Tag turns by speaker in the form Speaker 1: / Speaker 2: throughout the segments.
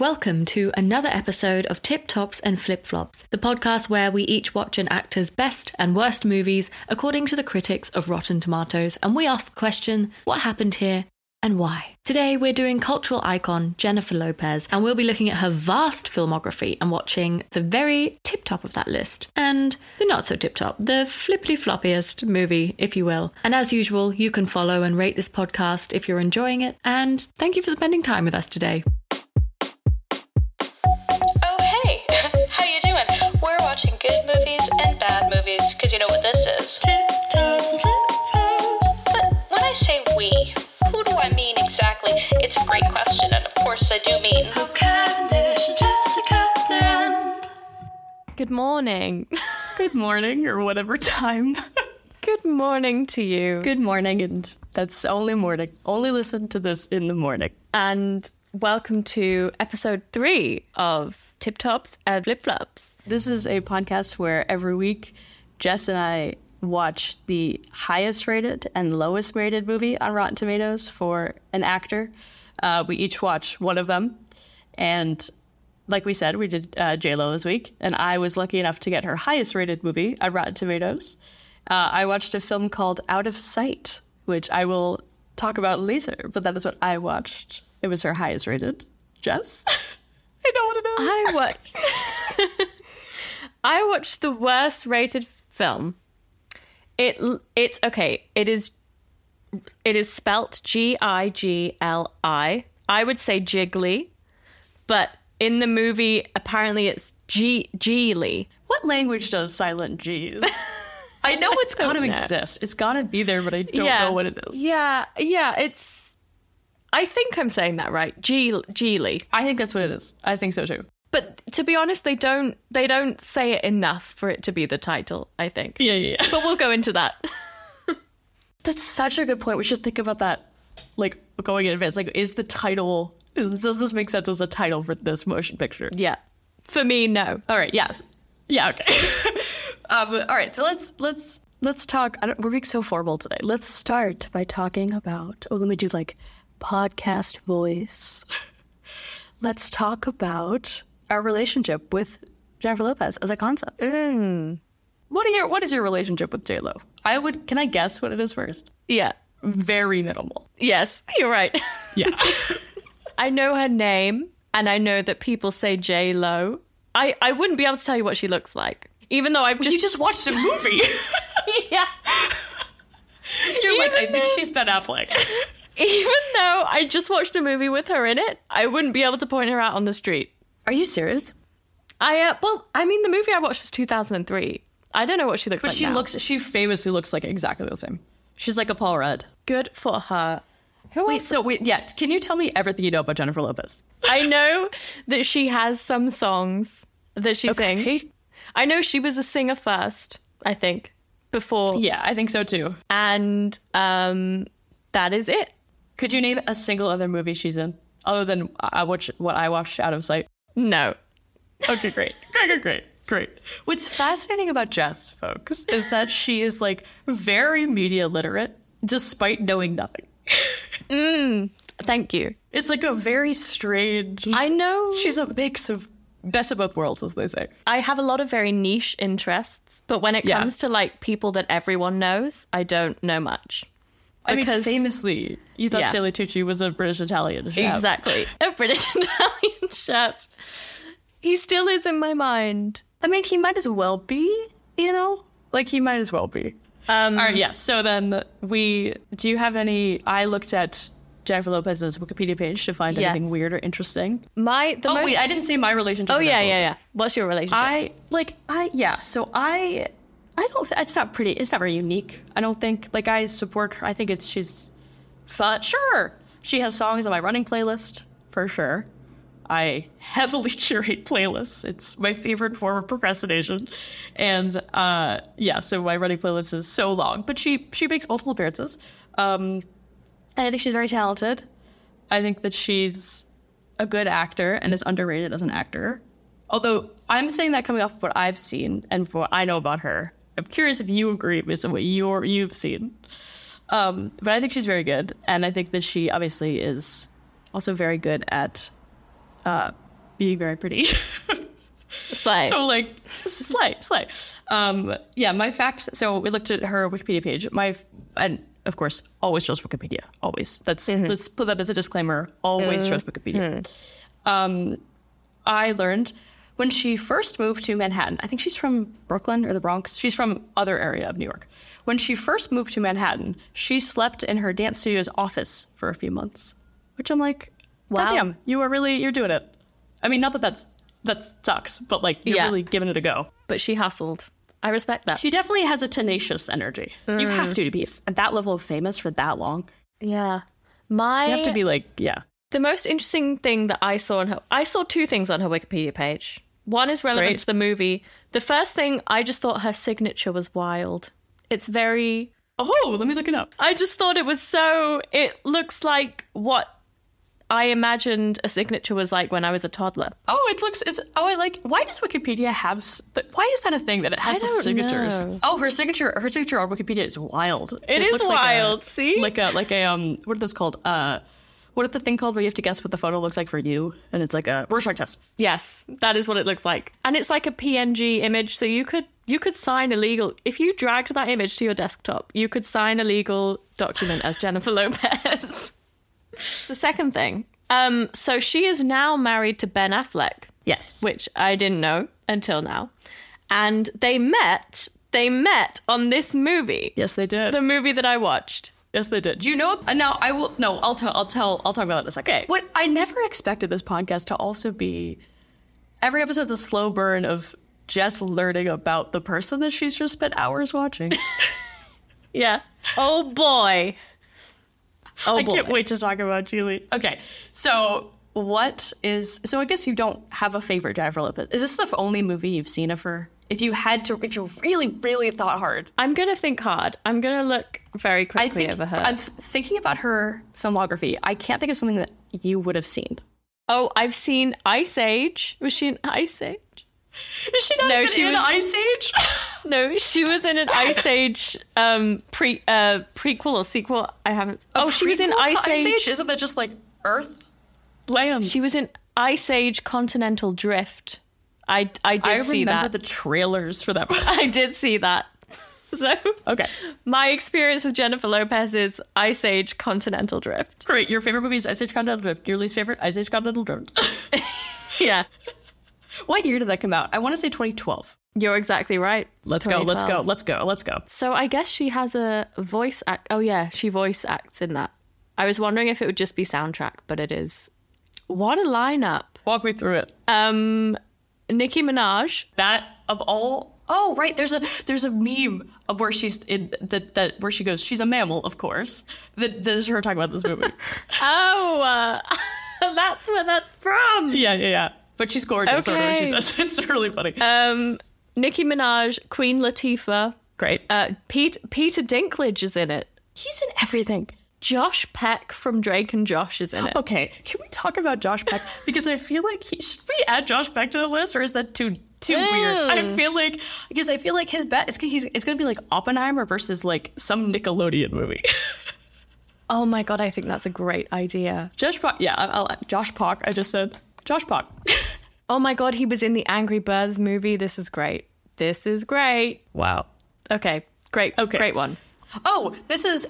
Speaker 1: Welcome to another episode of Tip Tops and Flip Flops, the podcast where we each watch an actor's best and worst movies according to the critics of Rotten Tomatoes, and we ask the question what happened here and why? Today we're doing cultural icon Jennifer Lopez, and we'll be looking at her vast filmography and watching the very tip top of that list, and the not so tip top, the flippity floppiest movie, if you will. And as usual, you can follow and rate this podcast if you're enjoying it, and thank you for spending time with us today.
Speaker 2: Oh hey, how you doing? We're watching good movies and bad movies, cause you know what this is. But when I say we, who do I mean exactly? It's a great question, and of course I do mean.
Speaker 3: Good morning.
Speaker 4: Good morning, or whatever time.
Speaker 3: Good morning to you.
Speaker 4: Good morning, and that's only morning. Only listen to this in the morning.
Speaker 3: And welcome to episode three of Tip Tops and Flip Flops.
Speaker 4: This is a podcast where every week Jess and I watch the highest rated and lowest rated movie on Rotten Tomatoes for an actor. Uh, we each watch one of them. And like we said, we did uh, Lo this week, and I was lucky enough to get her highest rated movie on Rotten Tomatoes. Uh, I watched a film called Out of Sight, which I will talk about later, but that is what I watched. It was her highest rated. Jess? I know what it is.
Speaker 3: I watched I watched the worst rated film. It l- it's okay. It is it is spelt G I G L I. I would say jiggly, but in the movie apparently it's G Geely.
Speaker 4: What language does silent G's? I know it's
Speaker 3: don't
Speaker 4: gonna
Speaker 3: know.
Speaker 4: exist. It's gonna be there, but I don't know what it is.
Speaker 3: Yeah, yeah, it's. I think I'm saying that right, G- Geely.
Speaker 4: I think that's what it is. I think so too.
Speaker 3: But to be honest, they don't they don't say it enough for it to be the title. I think.
Speaker 4: Yeah, yeah, yeah.
Speaker 3: But we'll go into that.
Speaker 4: That's such a good point. We should think about that, like going in advance. Like, is the title? Is, does this make sense as a title for this motion picture?
Speaker 3: yeah. For me, no.
Speaker 4: All right. Yes. Yeah. Okay. um, all right. So let's let's let's talk. I don't, we're being so formal today. Let's start by talking about. Oh, let me do like podcast voice. let's talk about our relationship with Jennifer Lopez as a concept. What are your What is your relationship with J Lo? I would. Can I guess what it is first?
Speaker 3: Yeah.
Speaker 4: Very minimal.
Speaker 3: Yes, you're right.
Speaker 4: Yeah.
Speaker 3: I know her name, and I know that people say J Lo. I I wouldn't be able to tell you what she looks like, even though I've just
Speaker 4: you just watched a movie.
Speaker 3: yeah.
Speaker 4: You're like, I
Speaker 3: Even
Speaker 4: think
Speaker 3: though-
Speaker 4: she's Ben Affleck.
Speaker 3: Even though I just watched a movie with her in it, I wouldn't be able to point her out on the street.
Speaker 4: Are you serious?
Speaker 3: I uh, well, I mean, the movie I watched was 2003. I don't know what she looks
Speaker 4: But
Speaker 3: like.
Speaker 4: she
Speaker 3: now.
Speaker 4: looks. She famously looks like exactly the same. She's like a Paul Rudd.
Speaker 3: good for
Speaker 4: Uh,
Speaker 3: her. Who
Speaker 4: Wait.
Speaker 3: else?
Speaker 4: So wait. Yeah. Can you tell me everything you know about Jennifer Lopez?
Speaker 3: I know that she has some songs that she
Speaker 4: Okay.
Speaker 3: sings. I know she was a singer first. I think before,
Speaker 4: Yeah, I think so too.
Speaker 3: and um, that is it.
Speaker 4: Could you name a single other movie she's in other than uh, which, what I watched out of sight?
Speaker 3: No,
Speaker 4: Okay, great. Great, great, great, great. What's fascinating about Jess, folks, is that she is like very media literate despite knowing nothing.
Speaker 3: thank you.
Speaker 4: It's like a very strange.
Speaker 3: I know
Speaker 4: She's a mix of best of both worlds, as they say.
Speaker 3: I have a lot of very niche interests, but when it
Speaker 4: Yeah.
Speaker 3: comes to like people that everyone knows, I don't know much.
Speaker 4: I
Speaker 3: Because-
Speaker 4: mean, famously, you thought
Speaker 3: Yeah.
Speaker 4: Sally Tucci was a British Italian chef.
Speaker 3: Exactly. A British Italian chef. He still is in my mind.
Speaker 4: I mean, he might as well be, you know? Like, he might as well be.
Speaker 3: Um,
Speaker 4: All right, yes. So then we. Do you have any. I looked at Jennifer Lopez's Wikipedia page to find
Speaker 3: Yes.
Speaker 4: anything weird or interesting.
Speaker 3: My the
Speaker 4: Oh,
Speaker 3: most.
Speaker 4: wait, I didn't say my relationship
Speaker 3: oh
Speaker 4: with
Speaker 3: yeah,
Speaker 4: Jennifer
Speaker 3: yeah, yeah. What's your relationship?
Speaker 4: I like I yeah. So I I don't. Th- it's not pretty. It's not very unique. I don't think. Like I support her. I think it's she's fun. Sure, she has songs on my running playlist for sure. I heavily curate playlists. It's my favorite form of procrastination, and uh, yeah. So my running playlist is so long, but she she makes multiple appearances, um, and I think she's very talented. I think that she's a good actor and is underrated as an actor. Although I'm saying that coming off of what I've seen and what I know about her. I'm curious if you agree with what you're, you've seen. Um, but I think she's very good. And I think that she obviously is also very good at uh, be very pretty.
Speaker 3: Slay.
Speaker 4: so like slay slay um yeah my facts so we looked at her wikipedia page my and of course always trust wikipedia always that's let's put that as a disclaimer always trust wikipedia um i learned when she first moved to manhattan i think she's from brooklyn or the bronx she's from other area of new york when she first moved to manhattan she slept in her dance studio's office for a few months which i'm like wow
Speaker 3: Wow.
Speaker 4: damn you are really you're doing it i mean not that that's that sucks but like you're
Speaker 3: Yeah.
Speaker 4: really giving it a go
Speaker 3: but she hustled. I respect that.
Speaker 4: she definitely has a tenacious energy. You have to, to be f- at that level of famous for that long.
Speaker 3: yeah. My
Speaker 4: You have to be like, yeah.
Speaker 3: The most interesting thing that I saw on her, I saw two things on her Wikipedia page. One is relevant
Speaker 4: Great.
Speaker 3: to the movie. The first thing, I just thought her signature was wild. It's very.
Speaker 4: Oh, let me look it up.
Speaker 3: I just thought it was so. It looks like what I imagined a signature was like when I was a toddler.
Speaker 4: Oh, it looks. It's oh, I like. Why does Wikipedia have? s- th- Why is that a thing that it has
Speaker 3: I
Speaker 4: the
Speaker 3: don't
Speaker 4: signatures?
Speaker 3: know.
Speaker 4: Oh, her signature. Her signature on Wikipedia is wild.
Speaker 3: It is
Speaker 4: looks
Speaker 3: wild,
Speaker 4: Like a,
Speaker 3: see?
Speaker 4: like a like a um. What are those called? Uh, what is the thing called where you have to guess what the photo looks like for you? And it's like a Rorschach test.
Speaker 3: Yes, that is what it looks like. And it's like a PNG image, so you could you could sign a legal if you dragged that image to your desktop, you could sign a legal document as Jennifer Lopez. the second thing. Um, so she is now married to Ben Affleck,
Speaker 4: Yes. Wait.
Speaker 3: which I didn't know until now. And they met they met on this movie.
Speaker 4: Yes, they did.
Speaker 3: The movie that I watched.
Speaker 4: Yes, they did. Do you know? Uh, now I will. No, I'll tell. I'll tell. I'll talk about that in a second.
Speaker 3: Okay.
Speaker 4: What I never expected this podcast to also be. Every episode's a slow burn of just learning about the person that she's just spent hours watching.
Speaker 3: Yeah. Oh boy. Oh
Speaker 4: I
Speaker 3: boy.
Speaker 4: can't wait to talk about Julie. Okay, so what is? So I guess you don't have a favorite Jennifer Lopez. Is this the only movie you've seen of her? If you had to, if you really, really thought hard,
Speaker 3: I'm gonna think hard. I'm gonna look very quickly
Speaker 4: I think
Speaker 3: over her.
Speaker 4: I'm th- thinking about her filmography. I can't think of something that you would have seen.
Speaker 3: Oh, I've seen Ice Age. Was she in Ice Age?
Speaker 4: Is she not
Speaker 3: No,
Speaker 4: even
Speaker 3: she
Speaker 4: in
Speaker 3: was-
Speaker 4: Ice Age?
Speaker 3: No, she was in an Ice Age um, pre uh, prequel or sequel. I haven't.
Speaker 4: A
Speaker 3: oh, she was in
Speaker 4: prequel
Speaker 3: Ice
Speaker 4: to
Speaker 3: Age.
Speaker 4: Isn't that just like Earth, land?
Speaker 3: She was in Ice Age Continental Drift. I I did
Speaker 4: I
Speaker 3: see
Speaker 4: remember
Speaker 3: that.
Speaker 4: the trailers for that. one.
Speaker 3: I did see that. So
Speaker 4: okay,
Speaker 3: my experience with Jennifer Lopez is Ice Age Continental Drift.
Speaker 4: great. Your favorite movie is Ice Age Continental Drift. Your least favorite, Ice Age Continental Drift.
Speaker 3: Yeah,
Speaker 4: what year did that come out? I want to say 2012.
Speaker 3: you're exactly right.
Speaker 4: Let's go. Let's
Speaker 3: 2012.
Speaker 4: go. Let's go. Let's go.
Speaker 3: So I guess she has a voice act. Oh yeah, she voice acts in that. I was wondering if it would just be soundtrack, but it is. What a lineup!
Speaker 4: Walk me through it.
Speaker 3: Um, Nicki Minaj.
Speaker 4: Uh, that of all. Oh right, there's a there's a meme of where she's in that that where she goes. She's a mammal, of course. That that is her talking about this movie.
Speaker 3: Oh, uh, that's where that's from.
Speaker 4: yeah, yeah, yeah. Uh, But she's gorgeous. or whatever she
Speaker 3: Okay.
Speaker 4: says. It's really funny.
Speaker 3: Um, Nicki Minaj, Queen Latifah,
Speaker 4: great.
Speaker 3: uh, Pete Peter Dinklage is in it.
Speaker 4: He's in everything.
Speaker 3: Josh Peck from Drake and Josh is in it.
Speaker 4: Okay, can we talk about Josh Peck? Because I feel like he, should we add Josh Peck to the list, or is that too too weird? I feel like because I feel like his bet it's gonna- he's, it's gonna be like Oppenheimer versus like some Nickelodeon movie.
Speaker 3: Oh my god, I think that's a great idea.
Speaker 4: Josh Peck, yeah, I'll, I'll- Josh Peck. I just said Josh Peck.
Speaker 3: Oh my god, he was in the Angry Birds movie. This is great. This is great.
Speaker 4: wow.
Speaker 3: Okay, great.
Speaker 4: Okay.
Speaker 3: great one.
Speaker 4: Oh, this is.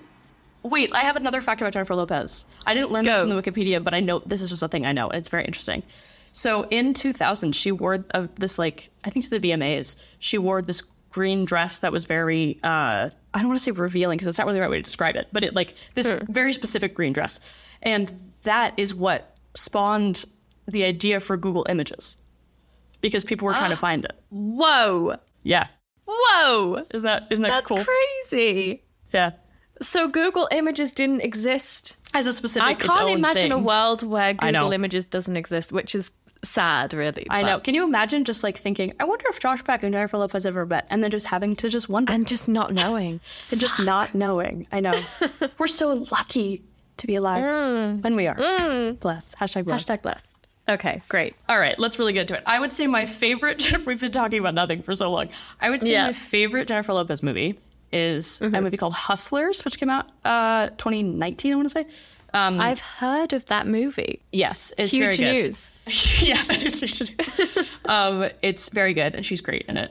Speaker 4: Wait, I have another fact about Jennifer Lopez. I didn't learn this
Speaker 3: Go.
Speaker 4: from the Wikipedia, but I know this is just a thing I know. and It's very interesting. So in 2000, she wore uh, this like I think to the VMAs, she wore this green dress that was very uh, I don't want to say revealing because it's not really the right way to describe it, but it like this
Speaker 3: Hmm.
Speaker 4: very specific green dress, and that is what spawned the idea for Google Images because people were
Speaker 3: Ah.
Speaker 4: trying to find it.
Speaker 3: Whoa,
Speaker 4: Yeah,
Speaker 3: whoa,
Speaker 4: isn't that isn't that
Speaker 3: that's
Speaker 4: cool?
Speaker 3: crazy.
Speaker 4: yeah,
Speaker 3: So Google Images didn't exist.
Speaker 4: as a specific.
Speaker 3: I
Speaker 4: its
Speaker 3: can't
Speaker 4: own
Speaker 3: imagine a
Speaker 4: thing.
Speaker 3: world where
Speaker 4: I know.
Speaker 3: Google Images doesn't exist, which is sad, really.
Speaker 4: I
Speaker 3: but-
Speaker 4: know. Can you imagine just like thinking, I wonder if Josh Peck and Jennifer Lopez ever met, and then just having to just wonder and,
Speaker 3: And just not knowing.
Speaker 4: just not knowing. I know. We're so lucky to be alive when we are. Bless. Mm. Hashtag bless.
Speaker 3: Hashtag blessed. Okay, great.
Speaker 4: All right, let's really get into it. I would say my favorite. We've been talking about nothing for so long. I would say
Speaker 3: Yeah.
Speaker 4: my favorite Jennifer Mm-hmm. Lopez movie is a movie called Hustlers, which came out uh, 2019. I want to say. Um,
Speaker 3: I've heard of that movie.
Speaker 4: yes, it's very
Speaker 3: Huge
Speaker 4: good.
Speaker 3: news.
Speaker 4: yeah, that is huge news. um, it's very good, and she's great in it.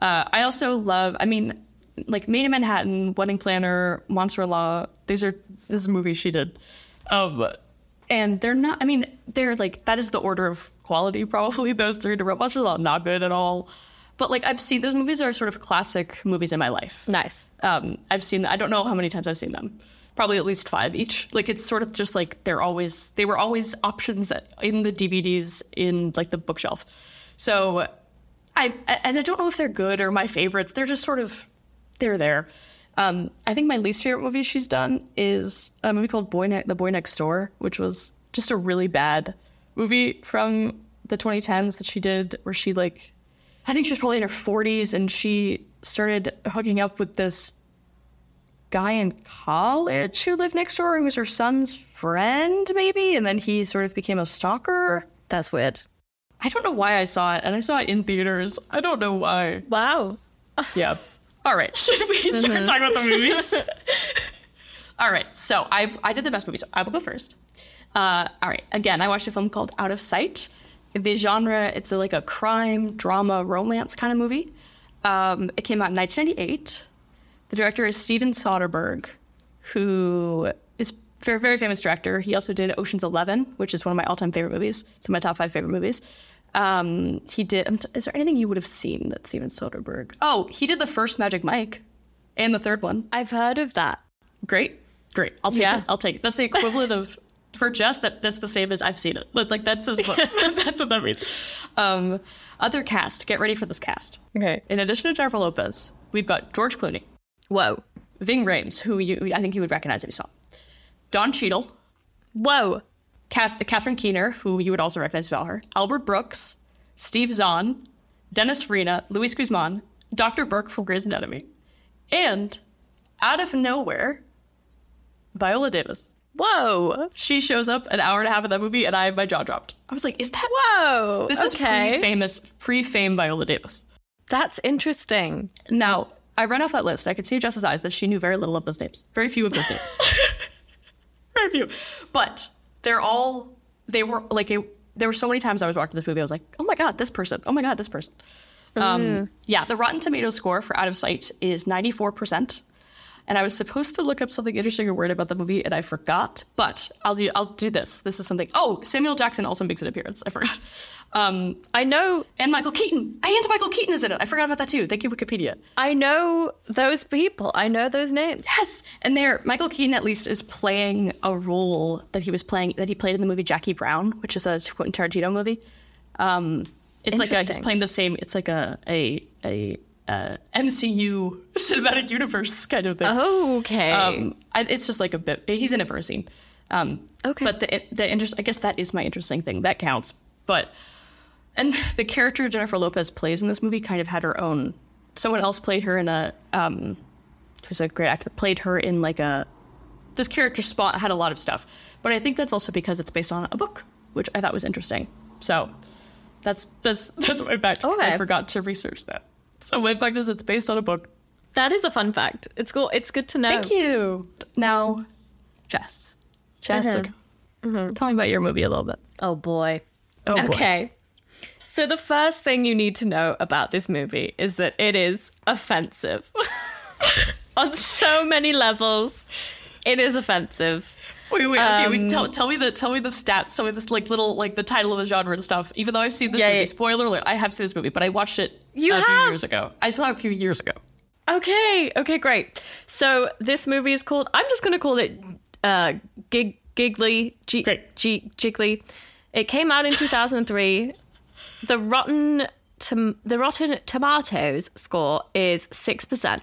Speaker 4: Uh, I also love. I mean, like Made in Manhattan, Wedding Planner, Monster Law. These are this is a movie she did. Um, and they're not. I mean, they're like that is the order of quality probably. Those three to Monster Law, not good at all. But like I've seen those movies are sort of classic movies in my life.
Speaker 3: Nice.
Speaker 4: Um, I've seen. I don't know how many times I've seen them. Probably at least five each. Like it's sort of just like they're always they were always options at, in the DVDs in like the bookshelf. So, I and I don't know if they're good or my favorites. They're just sort of they're there. Um, I think my least favorite movie she's done is a movie called Boy ne- The Boy Next Door, which was just a really bad movie from the 2010s that she did, where she like I think she was probably in her 40s and she started hooking up with this guy in college who lived next door who was her son's friend, maybe. And then he sort of became a stalker.
Speaker 3: That's weird.
Speaker 4: I don't know why I saw it, and I saw it in theaters. I don't know why.
Speaker 3: Wow.
Speaker 4: Yeah. All right. Should we start talking about the movies? all right. So I I did the best movies. I will go first. Uh, all right. Again, I watched a film called Out of Sight. The genre it's a, like a crime, drama, romance kind of movie. Um, it came out in 1998. The director is Steven Soderbergh, who is a very, very famous director. He also did Ocean's Eleven, which is one of my all-time favorite movies. It's in my top five favorite movies. Um, he did. I'm t- is there anything you would have seen that Steven Soderbergh? Oh, he did the first Magic Mike, and the third one.
Speaker 3: I've heard of that.
Speaker 4: Great, great. I'll take
Speaker 3: Yeah.
Speaker 4: it. I'll take it. That's the equivalent of for Jess. That that's the same as I've seen it. Like, like that's as what, that's what that means. Um, other cast. Get ready for this cast.
Speaker 3: Okay.
Speaker 4: In addition to Jennifer Lopez, we've got George Clooney.
Speaker 3: Whoa.
Speaker 4: Ving Rhames, who you, I think you would recognize if you saw. him. Don Cheadle,
Speaker 3: Whoa.
Speaker 4: Kath, Catherine Keener, who you would also recognize if you saw her. Albert Brooks, Steve Zahn, Dennis Farina, Luis Guzman, Dr. Burke from Grey's Anatomy, and out of nowhere, Viola Davis.
Speaker 3: Whoa.
Speaker 4: She shows up an hour and a half of that movie, and I my jaw dropped. I was like, "Is that
Speaker 3: Whoa.
Speaker 4: this
Speaker 3: Oh, okay.
Speaker 4: is pre-famous, pre-fame Viola Davis?"
Speaker 3: That's interesting.
Speaker 4: Now, I ran off that list. I could see in Jess's eyes that she knew very little of those names. Very few of those names. very few. But they're all they were like it, there were so many times I was watching this movie, I was like, oh my god, this person. Oh my god, this person. Um, yeah, the Rotten Tomato score for Out of Sight is ninety four percent. And I was supposed to look up something interesting or weird about the movie, and I forgot. But I'll do I'll do this. This is something. Oh, Samuel Jackson also makes an appearance. I forgot. Um,
Speaker 3: I know
Speaker 4: and Michael Keaton. And Michael Keaton is in it. I forgot about that too. Thank you, Wikipedia.
Speaker 3: I know those people. I know those names.
Speaker 4: Yes, and there Michael Keaton at least is playing a role that he was playing that he played in the movie Jackie Brown, which is a Quentin Tarantino movie. Um, it's like a, he's
Speaker 3: Interesting.
Speaker 4: playing the same. It's like a a a, uh MCU cinematic universe kind of thing.
Speaker 3: Oh, Okay.
Speaker 4: Um, I, it's just like a bit. He's in it for a scene. Um,
Speaker 3: Okay.
Speaker 4: But the the interest. I guess that is my interesting thing. That counts. But and the character Jennifer Lopez plays in this movie kind of had her own. Someone else played her in a. Um, who's a great actor played her in like a. This character spot had a lot of stuff, but I think that's also because it's based on a book, which I thought was interesting. So, that's that's that's my fact. 'cause I
Speaker 3: Okay.
Speaker 4: forgot to research that. So my fact is it's based on a book.
Speaker 3: that is a fun fact. It's cool. It's good to know.
Speaker 4: Thank you. Now, Jess. Jess,
Speaker 3: Mhm.
Speaker 4: Mm-hmm. tell me about your movie a little bit.
Speaker 3: Oh boy.
Speaker 4: Oh, boy.
Speaker 3: okay. So the first thing you need to know about this movie is that it is offensive. On so many levels, it is offensive.
Speaker 4: Wait, wait, okay. wait,
Speaker 3: um,
Speaker 4: tell, tell me the tell me the stats. Tell me this like little like the title of the genre and stuff. Even though I've seen this
Speaker 3: Yeah,
Speaker 4: movie,
Speaker 3: yeah.
Speaker 4: spoiler alert, I have seen this movie, but I watched it
Speaker 3: You
Speaker 4: a few
Speaker 3: have?
Speaker 4: years ago. I saw it a few years ago.
Speaker 3: Okay, okay, great. So this movie is called. I'm just going to call it uh, Gig Giggly G,
Speaker 4: Great.
Speaker 3: G Jiggly. It came out in 2003. the Rotten tom- the Rotten Tomatoes score is six percent.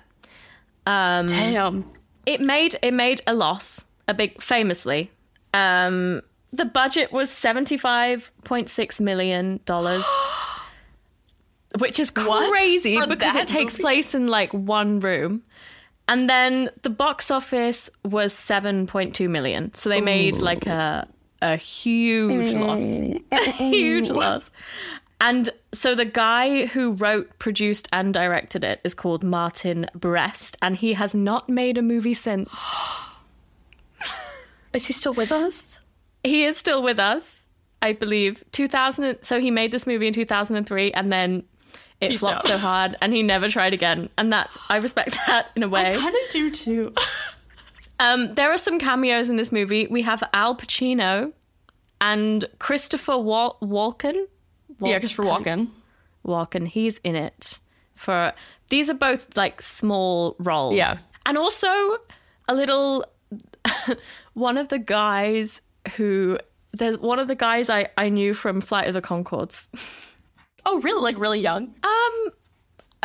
Speaker 3: Um,
Speaker 4: Damn.
Speaker 3: it made it made a loss, a big famously. Um, the budget was 75.6 million dollars. Which is
Speaker 4: What?
Speaker 3: crazy
Speaker 4: For
Speaker 3: because
Speaker 4: that
Speaker 3: it takes
Speaker 4: movie?
Speaker 3: place in like one room. And then the box office was 7.2 million. So they made like a a huge loss. A huge loss. And so the guy who wrote, produced and directed it is called Martin Brest and he has not made a movie since.
Speaker 4: Is he still with us?
Speaker 3: he is still with us, I believe. 2000. So he made this movie in 2003, and then it
Speaker 4: He's
Speaker 3: flopped
Speaker 4: down.
Speaker 3: so hard, and he never tried again. And that's I respect that in a way.
Speaker 4: Kind of do too.
Speaker 3: Um, there are some cameos in this movie. We have Al Pacino and Christopher Wal- Walken.
Speaker 4: yeah, because for walking.
Speaker 3: Walken, he's in it for. These are both like small roles.
Speaker 4: Yeah.
Speaker 3: and also a little. one of the guys who there's one of the guys I I knew from Flight of the Concords.
Speaker 4: Oh, really? Like really young?
Speaker 3: Oh. Uh,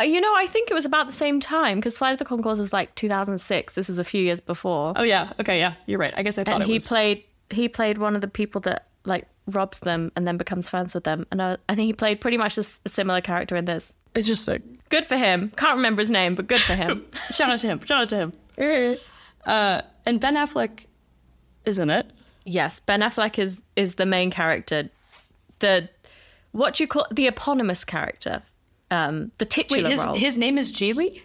Speaker 3: You know, I think it was about the same time because Flight of the Concords was like 2006. This was a few years before.
Speaker 4: oh yeah. Okay, yeah. You're right. I guess I thought
Speaker 3: and
Speaker 4: it
Speaker 3: he
Speaker 4: was-
Speaker 3: played he played one of the people that like robs them and then becomes friends with them and uh, and he played pretty much a, s- a similar character in this
Speaker 4: It's just like
Speaker 3: good for him can't remember his name but good for him
Speaker 4: shout out to him. Shout out to him. Uh, and Ben Affleck, isn't it?
Speaker 3: yes ben affleck is is the main character the what do you call the eponymous character um the titular
Speaker 4: his,
Speaker 3: role
Speaker 4: his name is Geely.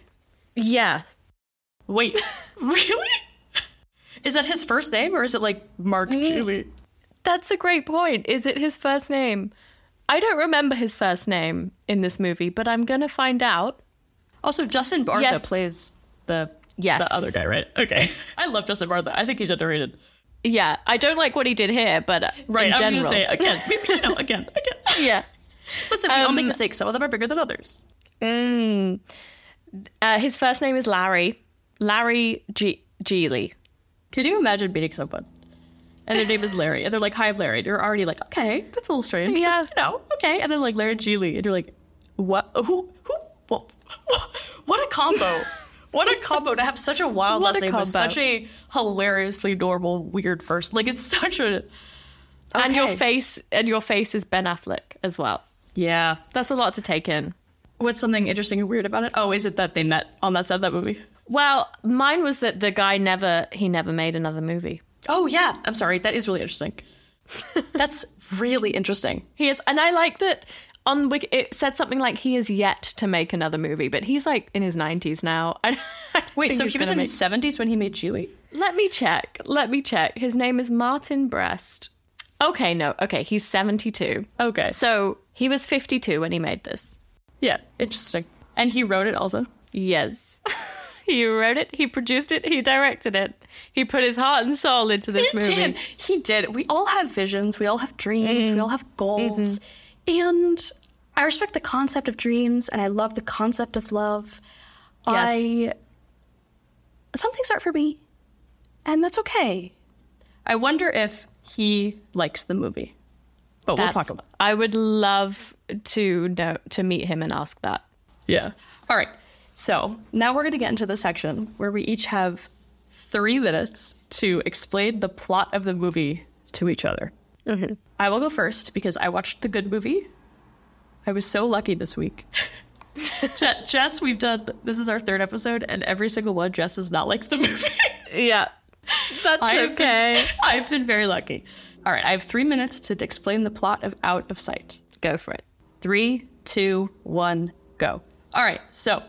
Speaker 3: yeah
Speaker 4: Wait, really? Is that his first name or is it like Mark Geely?
Speaker 3: that's a great point is it his first name i don't remember his first name in this movie but i'm gonna find out
Speaker 4: Also, Justin Bartha
Speaker 3: Yes.
Speaker 4: plays the
Speaker 3: Yes.
Speaker 4: the other guy, right? Okay, I love Justin Bartha. I think he's underrated.
Speaker 3: yeah i don't like what he did here but uh,
Speaker 4: Right,
Speaker 3: in
Speaker 4: I was gonna
Speaker 3: general.
Speaker 4: say again, maybe, you know, again, Um, again.
Speaker 3: yeah
Speaker 4: Listen, we all make mistakes. Some of them are bigger than others.
Speaker 3: Mm. Uh, his first name is Larry. Larry G- Geely.
Speaker 4: Can you imagine meeting someone and their name is Larry, and they're like, "Hi, I'm Larry." And you're already like, "Okay, that's a little strange."
Speaker 3: Yeah.
Speaker 4: no, okay. And then like Larry Geely, and you're like, "What? Who? Who? What? What a combo! what a combo to have such a wild
Speaker 3: What
Speaker 4: last
Speaker 3: a
Speaker 4: name with
Speaker 3: combo.
Speaker 4: such a hilariously normal, weird first. Like it's such a
Speaker 3: And your
Speaker 4: Okay.
Speaker 3: face and your face is Ben Affleck as well.
Speaker 4: yeah."
Speaker 3: That's a lot to take in.
Speaker 4: What's something interesting and weird about it? Oh, is it that they met on that set of that movie?
Speaker 3: Well, mine was that the guy never he never made another movie.
Speaker 4: Oh yeah, I'm sorry. That is really interesting. That's really interesting.
Speaker 3: He is and I like that on Wiki, it said something like he is yet to make another movie, but he's like in his 90s now. I, I
Speaker 4: Wait,
Speaker 3: think
Speaker 4: so
Speaker 3: he's
Speaker 4: he was
Speaker 3: gonna
Speaker 4: in
Speaker 3: make-
Speaker 4: his 70s when he made Geely?
Speaker 3: Let me check. Let me check. His name is Martin Brest. Okay, no. Okay, he's 72.
Speaker 4: Okay.
Speaker 3: So, he was 52 when he made this.
Speaker 4: Yeah, interesting. And he wrote it also.
Speaker 3: Yes. he wrote it, he produced it, he directed it. He put his heart and soul into this movie.
Speaker 4: He did. We all have visions. We all have dreams. We all have goals. And I respect the concept of dreams, and I love the concept of love. I some things aren't for me, and that's okay. I wonder if he likes the movie, but
Speaker 3: That's-
Speaker 4: we'll talk about.
Speaker 3: I would love to know to meet him and ask that.
Speaker 4: Yeah. All right. So now we're going to get into the section where we each have three minutes to explain the plot of the movie to each other.
Speaker 3: Mm-hmm.
Speaker 4: I will go first because I watched the good movie. I was so lucky this week. Je- Jess, we've done this is our third episode, and every single one, Jess has not liked the movie.
Speaker 3: Yeah. That's
Speaker 4: I've been-
Speaker 3: okay.
Speaker 4: I've been very lucky. All right, I have three minutes to explain the plot of Out of Sight.
Speaker 3: Go for it.
Speaker 4: Three, two, one, go. All right. So,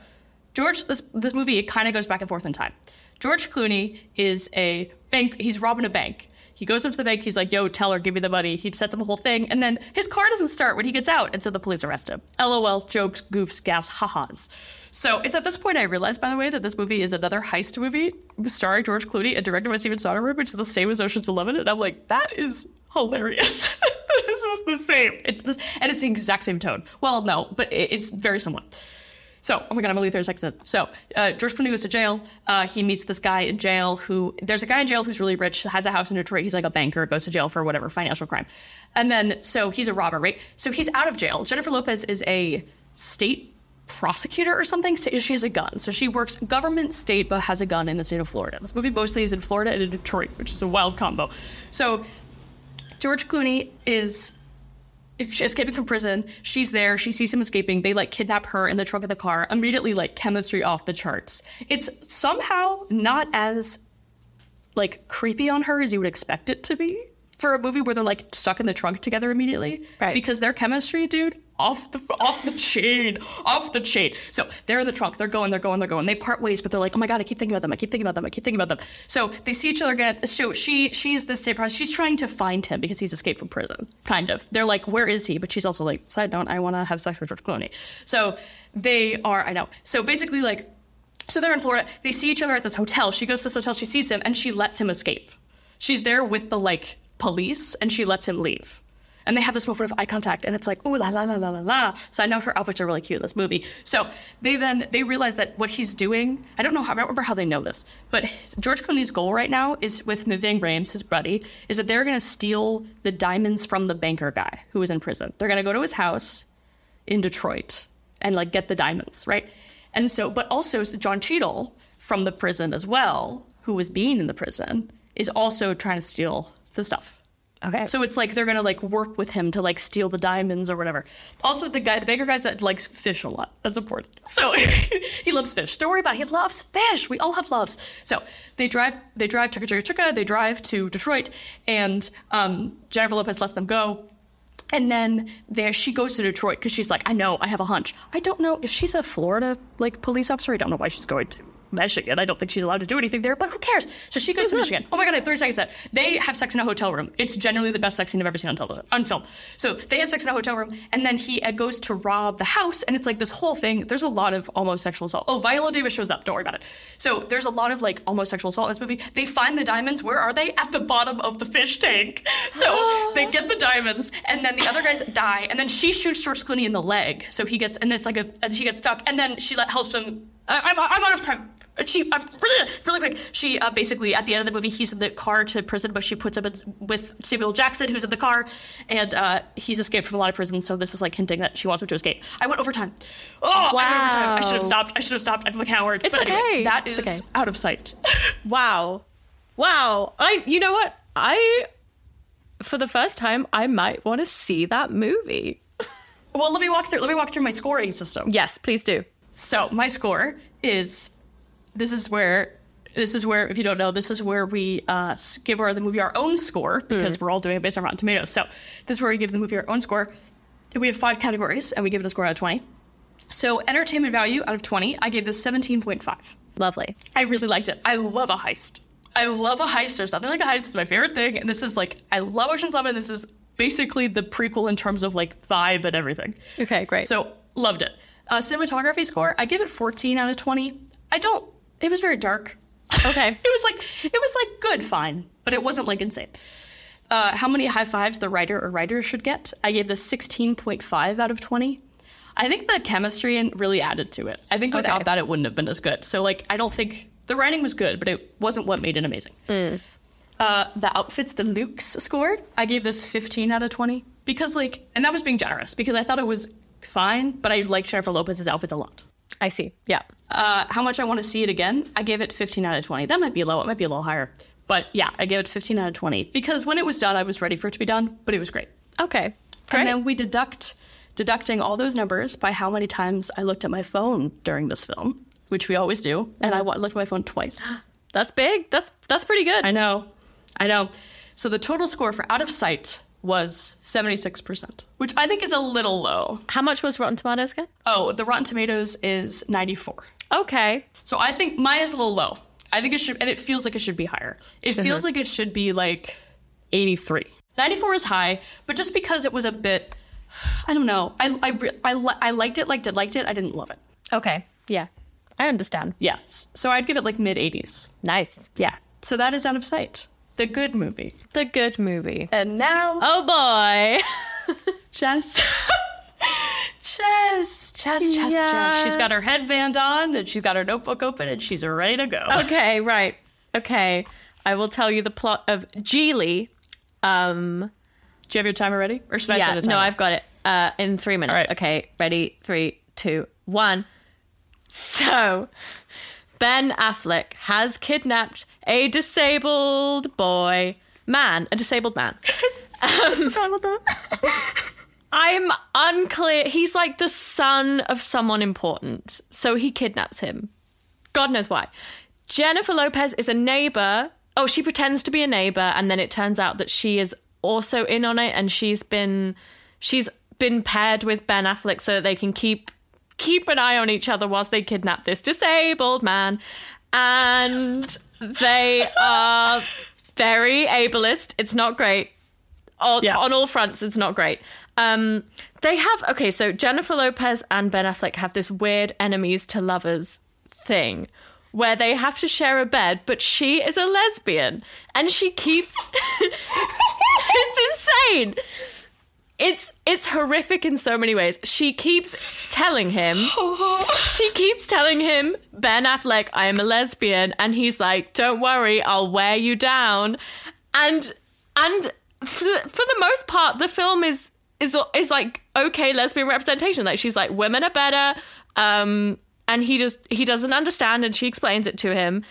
Speaker 4: George, this this movie it kind of goes back and forth in time. George Clooney is a bank. He's robbing a bank. He goes up to the bank. He's like, "Yo, tell her, give me the money." He sets up a whole thing, and then his car doesn't start when he gets out, and so the police arrest him. LOL, jokes, goofs, gaffs, ha-has. So it's at this point I realized, by the way, that this movie is another heist movie starring George Clooney and directed by Steven Soderbergh, which is the same as Ocean's Eleven, and I'm like, that is hilarious. this is the same. It's this, and it's the exact same tone. Well, no, but it, it's very similar. So, oh my god, I'm gonna lose thirty seconds. So, uh, George Clooney goes to jail. Uh, he meets this guy in jail who there's a guy in jail who's really rich, has a house in Detroit. He's like a banker, goes to jail for whatever financial crime, and then so he's a robber, right? So he's out of jail. Jennifer Lopez is a state prosecutor or something. So she has a gun, so she works government, state, but has a gun in the state of Florida. This movie mostly is in Florida and in Detroit, which is a wild combo. So George Clooney is escaping from prison. She's there. She sees him escaping. They like kidnap her in the trunk of the car. Immediately, like chemistry off the charts. It's somehow not as like creepy on her as you would expect it to be. for a movie where they're like stuck in the trunk together immediately.
Speaker 3: Right.
Speaker 4: Because their chemistry, dude, off the off the chain, off the chain. So they're in the trunk. They're going. They're going. They're going. They part ways, but they're like, oh my god, I keep thinking about them. I keep thinking about them. I keep thinking about them. So they see each other again. So she she's the same process. She's trying to find him because he's escaped from prison. Kind of. They're like, where is he? But she's also like, side note, I want to have sex with George Clooney. So they are. I know. So basically, like. So they're in Florida. They see each other at this hotel. She goes to this hotel. She sees him, and she lets him escape. She's there with the like police, and she lets him leave. And they have this moment of eye contact, and it's like, ooh la la la la la la. So I know her outfits are really cute in this movie. So they then they realize that what he's doing. I don't know. How, I don't remember how they know this, but his- George Clooney's goal right now is with Miving Rames, his buddy, is that they're going to steal the diamonds from the banker guy who is in prison. They're going to go to his house in Detroit and like get the diamonds, right? And so, but also so John Cheadle from the prison as well, who was being in the prison, is also trying to steal the stuff.
Speaker 3: Okay.
Speaker 4: So it's like they're gonna like work with him to like steal the diamonds or whatever. Also, the guy, the baker guy, that likes fish a lot. That's important. So he loves fish. Don't worry about it. He loves fish. We all have loves. So they drive. They drive. Chicka chicka chicka. They drive to Detroit, and um, Jennifer Lopez lets them go. And then there she goes to Detroit because she's like, I know, I have a hunch. I don't know if she's a Florida like police officer. I don't know why she's going to Michigan. I don't think she's allowed to do anything there, but who cares? So she goes to Michigan. Oh my god, I have 30 seconds left. They have sex in a hotel room. It's generally the best sex scene I've ever seen on television, on film. So they have sex in a hotel room, and then he uh, goes to rob the house, and it's like this whole thing. There's a lot of almost sexual assault. Oh, Viola Davis shows up. Don't worry about it. So there's a lot of like almost sexual assault in this movie. They find the diamonds. Where are they? At the bottom of the fish tank. So they get the diamonds, and then the other guys die, and then she shoots George Clooney in the leg. So he gets, and it's like a, and she gets stuck, and then she let, helps him. I, I'm, I'm out of time. She, um, really, really quick. She uh, basically at the end of the movie, he's in the car to prison, but she puts him in, with Samuel Jackson, who's in the car, and uh, he's escaped from a lot of prisons. So this is like hinting that she wants him to escape. I went over time. Oh, I went over time. I should
Speaker 3: Wow.
Speaker 4: have stopped. I should have stopped. I'm like Howard.
Speaker 3: It's
Speaker 4: But
Speaker 3: okay.
Speaker 4: Anyway, that is
Speaker 3: It's okay.
Speaker 4: out of sight.
Speaker 3: Wow. Wow. I you know what? I for the first time I might want to see that movie.
Speaker 4: well, let me walk through. Let me walk through my scoring system.
Speaker 3: Yes, please do.
Speaker 4: So my score is this is where this is where if you don't know this is where we uh, s- give our the movie our own score because we're all doing it based on Rotten Tomatoes. So this is where we give the movie our own score. We have five categories and we give it a score out of twenty. So entertainment value out of twenty, I gave this seventeen point five.
Speaker 3: Lovely.
Speaker 4: I really liked it. I love a heist. I love a heist. There's nothing like a heist. It's my favorite thing. And this is like I love Ocean's Eleven. This is basically the prequel in terms of like vibe and everything.
Speaker 3: Okay, great.
Speaker 4: So loved it. Uh, cinematography score, I give it 14 out of 20. I don't. It was very dark.
Speaker 3: Okay.
Speaker 4: it was like it was like good, fine, but it wasn't like insane. Uh, how many high fives the writer or writers should get? I gave this 16.5 out of 20. I think the chemistry and really added to it. I think without that, it wouldn't have been as good. So like, I don't think the writing was good, but it wasn't what made it amazing. Uh, the outfits the Luke's scored, I gave this 15 out of 20 because like, and that was being generous because I thought it was fine, but I liked Jennifer Lopez's outfits a lot.
Speaker 3: I see. Yeah.
Speaker 4: Uh, how much I want to see it again, I gave it 15 out of 20. That might be low. It might be a little higher, but yeah, I gave it 15 out of 20 because when it was done, I was ready for it to be done, but it was great.
Speaker 3: Okay.
Speaker 4: And then we deduct deducting all those numbers by how many times I looked at my phone during this film, which we always do. And I wa- looked at my phone twice.
Speaker 3: That's big. That's that's pretty good.
Speaker 4: I know. I know. So the total score for Out of Sight was 76%, which I think is a little low.
Speaker 3: How much was Rotten Tomatoes again?
Speaker 4: Oh, the Rotten Tomatoes is 94.
Speaker 3: Okay.
Speaker 4: So I think mine is a little low. I think it should, and it feels like it should be higher. It
Speaker 3: Uh-huh.
Speaker 4: feels like it should be like 83. 94 is high, but just because it was a bit, I don't know. I, I, re- I, li- I liked it, liked it, liked it. I didn't love it.
Speaker 3: Okay. Yeah. I understand.
Speaker 4: Yeah. S- So I'd give it like mid 80s.
Speaker 3: Nice.
Speaker 4: Yeah. So that is Out of Sight, the good movie.
Speaker 3: The good movie.
Speaker 4: And now.
Speaker 3: Oh boy.
Speaker 4: Chess. chess, chess, chess,
Speaker 3: Yeah.
Speaker 4: chess. She's got her headband on and she's got her notebook open and she's ready to go.
Speaker 3: okay, right. Okay. I will tell you the plot of Geely. Um
Speaker 4: Do you have your timer ready? Or should I
Speaker 3: yeah,
Speaker 4: set a timer?
Speaker 3: no, I've got it. Uh, in three minutes.
Speaker 4: right.
Speaker 3: Okay, ready? Three, two, one. So, Ben Affleck has kidnapped a disabled boy, man, a disabled man. Um, I'm unclear. He's like the son of someone important, so he kidnaps him. God knows why. Jennifer Lopez is a neighbor. Oh, she pretends to be a neighbor, and then it turns out that she is also in on it, and she's been she's been paired with Ben Affleck so that they can keep keep an eye on each other whilst they kidnap this disabled man, and they are very ableist. It's not great. On,
Speaker 4: Yeah.
Speaker 3: on all fronts, it's not great. Um, they have okay, so Jennifer Lopez and Ben Affleck have this weird enemies to lovers thing where they have to share a bed, but she is a lesbian and she keeps it's insane. It's it's horrific in so many ways. She keeps telling him she keeps telling him, Ben Affleck, I am a lesbian, and he's like, Don't worry, I'll wear you down. And and for, the- for the most part, the film is is is like okay lesbian representation. Like she's like, women are better. Um, and he just he doesn't understand, and she explains it to him.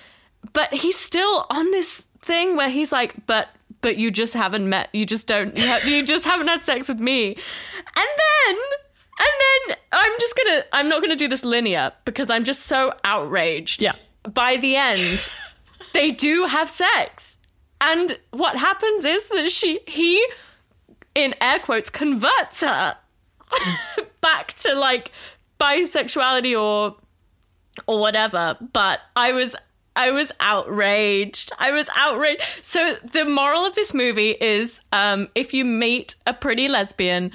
Speaker 3: But he's still on this thing where he's like, but but you just haven't met, you just don't, you, ha- you just haven't had sex with me. And then and then I'm just gonna, I'm not gonna do this linear because I'm just so outraged.
Speaker 4: Yeah.
Speaker 3: By the end, they do have sex. And what happens is that she, he, in air quotes, converts her back to like bisexuality or or whatever but i was i was outraged i was outraged so the moral of this movie is um if you meet a pretty lesbian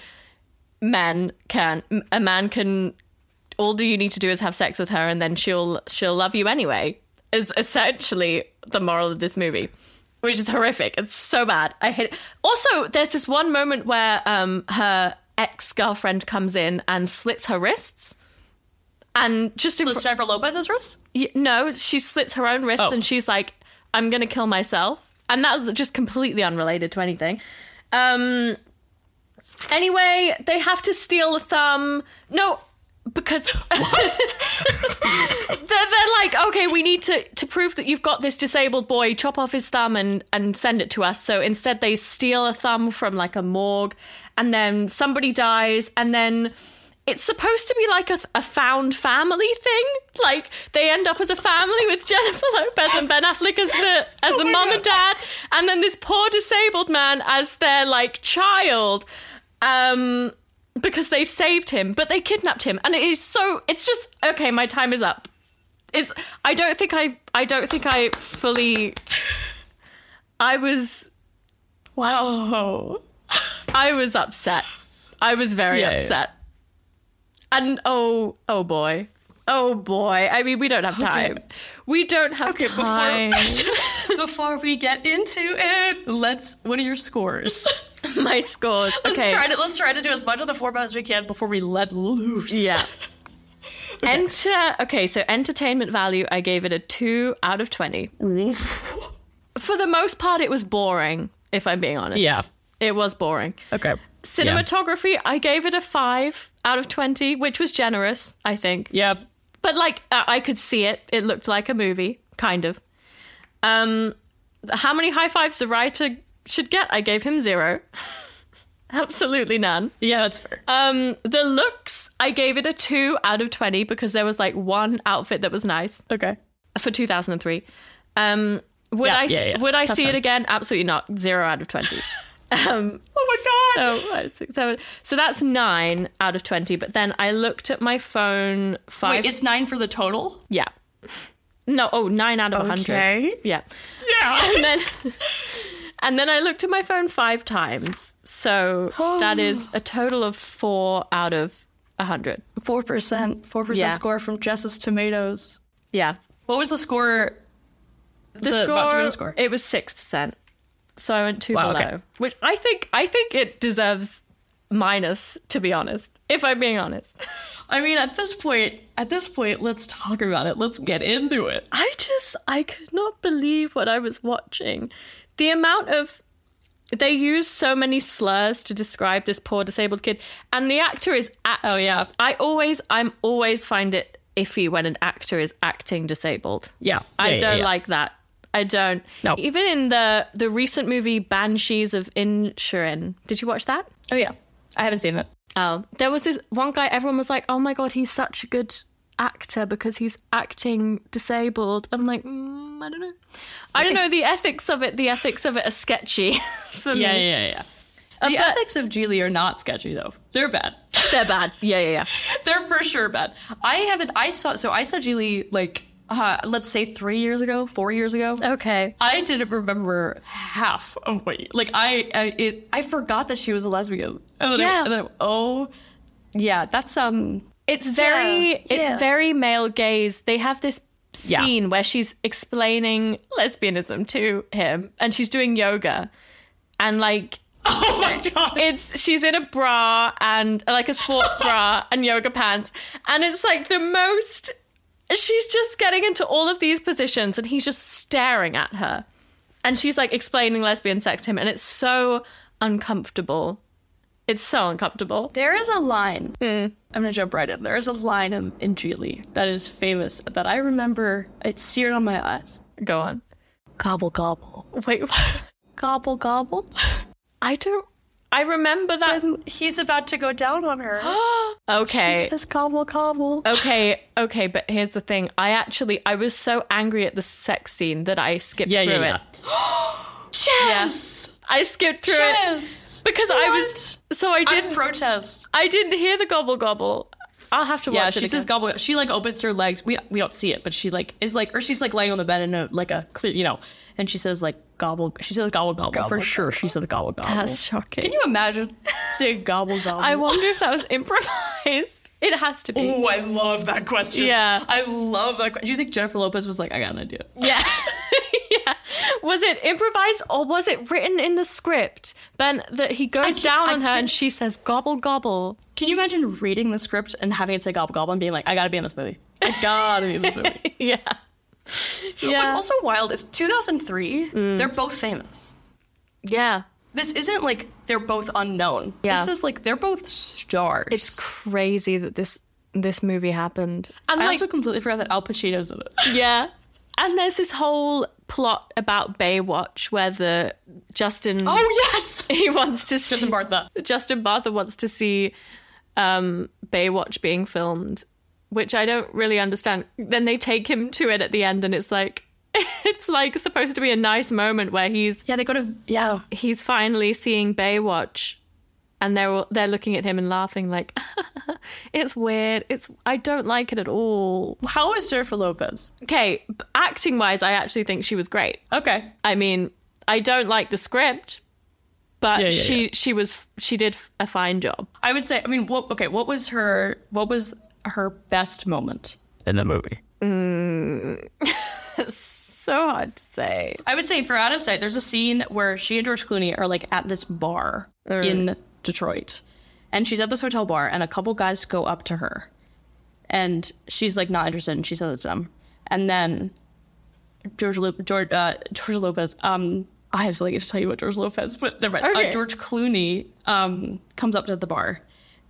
Speaker 3: men can a man can all that you need to do is have sex with her and then she'll she'll love you anyway is essentially the moral of this movie which is horrific it's so bad i hate it also there's this one moment where um her ex-girlfriend comes in and slits her wrists and just in
Speaker 4: So
Speaker 3: fr-
Speaker 4: it's Jennifer Lopez's wrist?
Speaker 3: Y- No, she slits her own wrists
Speaker 4: Oh.
Speaker 3: and she's like, I'm going to kill myself. And that was just completely unrelated to anything. Um, anyway, they have to steal a thumb. No, because they're, they're like, okay, we need to, to prove that you've got this disabled boy, chop off his thumb and, and send it to us. So instead, they steal a thumb from like a morgue, and then somebody dies, and then it's supposed to be like a, a found family thing. Like they end up as a family with Jennifer Lopez and Ben Affleck as the as the mom and dad, and then this poor disabled man as their like child. Um, because they've saved him, but they kidnapped him, and it is so. It's just okay. My time is up. It's. I don't think I. I don't think I fully. I was.
Speaker 4: Wow.
Speaker 3: I was upset. I was very
Speaker 4: Yeah.
Speaker 3: upset. And oh, oh boy, oh boy. I mean, we don't have time. We don't have
Speaker 4: Okay,
Speaker 3: time.
Speaker 4: before before we get into it, let's what are your scores?
Speaker 3: My scores. Okay.
Speaker 4: Let's try to let's try to do as much of the format as we can before we let loose.
Speaker 3: Yeah. Enter. Okay, so entertainment value, I gave it a two out of twenty. For the most part, it was boring. If I'm being honest,
Speaker 4: Yeah.
Speaker 3: it was boring.
Speaker 4: Okay.
Speaker 3: Cinematography, I gave it a five out of twenty, which was generous, I think.
Speaker 4: Yep.
Speaker 3: But like, I I could see it. It looked like a movie, kind of. Um, how many high fives the writer should get? I gave him zero. Absolutely none.
Speaker 4: Yeah, that's fair.
Speaker 3: Um, the looks, I gave it a two out of 20 because there was like one outfit that was nice
Speaker 4: okay.
Speaker 3: for 2003. Um, would
Speaker 4: Yeah,
Speaker 3: I,
Speaker 4: yeah, yeah.
Speaker 3: Would I
Speaker 4: Tough
Speaker 3: see
Speaker 4: time.
Speaker 3: it again? Absolutely not. Zero out of 20. um,
Speaker 4: Oh my god.
Speaker 3: so, five, six, seven. so that's nine out of 20. But then I looked at my phone five.
Speaker 4: Wait, it's nine for the total?
Speaker 3: yeah. No, oh, nine out of a 100. Yeah.
Speaker 4: Yeah.
Speaker 3: And then, and then I looked at my phone five times. So that is a total of four out of a 100.
Speaker 4: Four percent. Four
Speaker 3: Yeah.
Speaker 4: percent score from Jess's tomatoes.
Speaker 3: Yeah.
Speaker 4: What was the score?
Speaker 3: The,
Speaker 4: The Rotten
Speaker 3: score,
Speaker 4: Tomatoes score.
Speaker 3: it was six percent, so I went two
Speaker 4: Wow,
Speaker 3: below,
Speaker 4: okay.
Speaker 3: which I think I think it deserves minus. To be honest, if I'm being honest,
Speaker 4: I mean, at this point, at this point, let's talk about it. Let's get into it.
Speaker 3: I just I could not believe what I was watching. The amount of they use so many slurs to describe this poor disabled kid, and the actor is act-
Speaker 4: Oh yeah.
Speaker 3: I always I'm always find it iffy when an actor is acting disabled.
Speaker 4: Yeah.
Speaker 3: I
Speaker 4: Yeah, yeah,
Speaker 3: don't
Speaker 4: yeah.
Speaker 3: like that. I don't.
Speaker 4: No.
Speaker 3: Even in the the recent movie Banshees of Inisherin, did you watch that?
Speaker 4: Oh yeah. I haven't seen it.
Speaker 3: Um, Oh, there was this one guy. Everyone was like, "Oh my god, he's such a good actor because he's acting disabled. I'm like, mm, I don't know. I don't know the ethics of it. The ethics of it are sketchy for
Speaker 4: Yeah,
Speaker 3: me.
Speaker 4: yeah, yeah.
Speaker 3: Uh,
Speaker 4: Mm-hmm. The
Speaker 3: but
Speaker 4: ethics of Geely are not sketchy though. They're bad.
Speaker 3: they're bad. Yeah, yeah, yeah.
Speaker 4: They're for sure bad. I haven't. I saw. So I saw Geely like uh, let's say three years ago, four years ago.
Speaker 3: Okay.
Speaker 4: I didn't remember half of what. You, like I, I it. I forgot that she was a lesbian. And then I-
Speaker 3: Yeah.
Speaker 4: and then I- oh, yeah. That's um.
Speaker 3: It's very
Speaker 1: Yeah,
Speaker 3: it's
Speaker 1: yeah.
Speaker 3: very male gaze. They have this
Speaker 4: Yeah.
Speaker 3: scene where she's explaining lesbianism to him and she's doing yoga. And like
Speaker 4: Oh my god.
Speaker 3: it's she's in a bra and like a sports bra and yoga pants and it's like the most she's just getting into all of these positions and he's just staring at her. And she's like explaining lesbian sex to him and it's so uncomfortable. It's so uncomfortable.
Speaker 4: There is a line. I'm gonna jump right in. There is a line in, in Geely that is famous that I remember. It's seared on my eyes.
Speaker 3: Go on.
Speaker 1: Gobble, gobble.
Speaker 3: Wait,
Speaker 1: Gobble, gobble.
Speaker 3: I don't. I remember that.
Speaker 4: And he's about to go down on her.
Speaker 3: Okay.
Speaker 4: She says cobble cobble.
Speaker 3: okay. Okay. But here's the thing. I actually, I was so angry at the sex scene that I skipped
Speaker 4: Yeah,
Speaker 3: through
Speaker 4: yeah, yeah.
Speaker 3: it.
Speaker 4: Yes.
Speaker 3: I skipped through
Speaker 4: Yes.
Speaker 3: it because I was. So I
Speaker 4: did
Speaker 3: didn't.
Speaker 4: protest.
Speaker 3: I didn't hear the gobble gobble. I'll have to watch
Speaker 4: Yeah,
Speaker 3: it.
Speaker 4: she says
Speaker 3: again.
Speaker 4: gobble. She like opens her legs. We we don't see it, but she like is like or she's like laying on the bed in a like a clear, you know, and she says like gobble. She says gobble gobble, for sure. She said gobble gobble.
Speaker 3: That's shocking.
Speaker 4: Can you imagine saying gobble gobble?
Speaker 3: I wonder if that was improvised. It has to be.
Speaker 4: Oh, I love that question.
Speaker 3: Yeah.
Speaker 4: I love that question. Do you think Jennifer Lopez was like, I got an idea?
Speaker 3: Yeah. yeah. Was it improvised or was it written in the script? Ben, that he goes
Speaker 4: can't-
Speaker 3: down
Speaker 4: I
Speaker 3: on her
Speaker 4: can't-
Speaker 3: and she says gobble gobble.
Speaker 4: Can you imagine reading the script and having it say gobble gobble and being like, I gotta be in this movie. I gotta be in this movie.
Speaker 3: yeah. Yeah.
Speaker 4: What's also wild is 2003. They're both famous.
Speaker 3: yeah.
Speaker 4: This isn't like they're both unknown.
Speaker 3: Yeah.
Speaker 4: This is like they're both stars.
Speaker 3: It's crazy that this this movie happened. And
Speaker 4: I
Speaker 3: like
Speaker 4: also completely forgot that Al Pacino's in it.
Speaker 3: yeah. And there's this whole plot about Baywatch where the Justin
Speaker 4: Oh, yes,
Speaker 3: he wants to see
Speaker 4: Justin Bartha.
Speaker 3: Justin Bartha wants to see um, Baywatch being filmed, which I don't really understand. Then they take him to it at the end, and it's like it's like supposed to be a nice moment where he's
Speaker 4: Yeah, they go to yeah.
Speaker 3: he's finally seeing Baywatch, and they're all- they're looking at him and laughing like, it's weird. It's I don't like it at all.
Speaker 4: How is Jennifer Lopez?
Speaker 3: Okay, acting wise, I actually think she was great.
Speaker 4: Okay,
Speaker 3: I mean, I don't like the script, but
Speaker 4: Yeah, yeah,
Speaker 3: she she was she did a fine job.
Speaker 4: I would say. I mean, what? Okay, what was her? What was her best moment in the movie?
Speaker 3: So hard to say.
Speaker 4: I would say for Out of Sight, there's a scene where she and George Clooney are like at this bar in Detroit. And she's at this hotel bar, and a couple guys go up to her. And she's like not interested, and she says it's them. And then George, Lo- George, uh, George Lopez, um, I have something to tell you about George Lopez, but never mind.
Speaker 3: Okay.
Speaker 4: Uh, George Clooney um, comes up to the bar,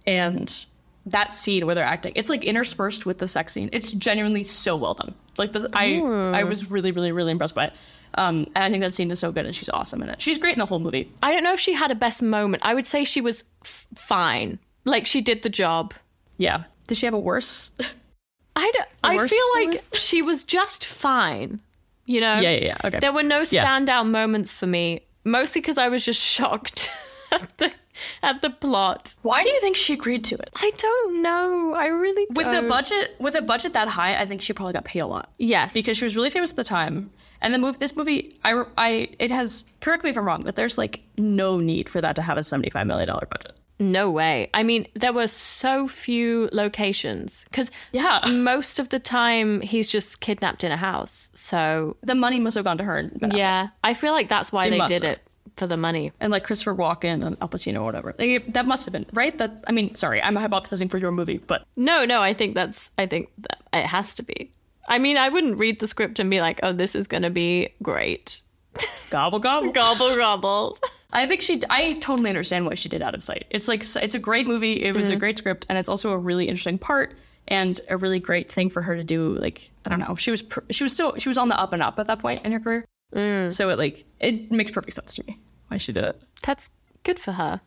Speaker 4: and that scene where they're acting, it's like interspersed with the sex scene. It's genuinely so well done. Like the, I, I was really, really, really impressed by it. Um, and I think that scene is so good, and she's awesome in it. She's great in the whole movie.
Speaker 3: I don't know if she had a best moment. I would say she was f- fine. Like she did the job.
Speaker 4: Yeah. Does she have a worse?
Speaker 3: I don't, I
Speaker 4: worst
Speaker 3: feel like
Speaker 4: moment?
Speaker 3: she was just fine. You know.
Speaker 4: Yeah, yeah, yeah. Okay.
Speaker 3: There were no
Speaker 4: Yeah.
Speaker 3: standout moments for me, mostly because I was just shocked at the at the plot.
Speaker 4: Why do you think she agreed to it?
Speaker 3: I don't know. I really
Speaker 4: With
Speaker 3: don't.
Speaker 4: a budget, with a budget that high, I think she probably got paid a lot.
Speaker 3: yes
Speaker 4: because she was really famous at the time. And the movie, this movie, I, I, it has. Correct me if I'm wrong, but there's like no need for that to have a 75 million dollar budget.
Speaker 3: No way. I mean, there were so few locations because
Speaker 4: Yeah.
Speaker 3: most of the time he's just kidnapped in a house. So
Speaker 4: The money must have gone to her. And Ben Affleck.
Speaker 3: yeah, I feel like that's why they
Speaker 4: must
Speaker 3: did
Speaker 4: have.
Speaker 3: it for the money.
Speaker 4: And like Christopher Walken and Al Pacino or whatever. They, that must have been right. That I mean, sorry, I'm hypothesizing for your movie, but
Speaker 3: No, no, I think that's. I think that it has to be. I mean, I wouldn't read the script and be like, "Oh, this is going to be great."
Speaker 4: gobble gobble.
Speaker 3: Gobble gobble.
Speaker 4: I think she. I totally understand why she did Out of Sight. It's like it's a great movie. It was a great script, and it's also a really interesting part and a really great thing for her to do. Like I don't know, she was pr- she was still she was on the up and up at that point in her career. So it like it makes perfect sense to me why she did it.
Speaker 3: that's good for her.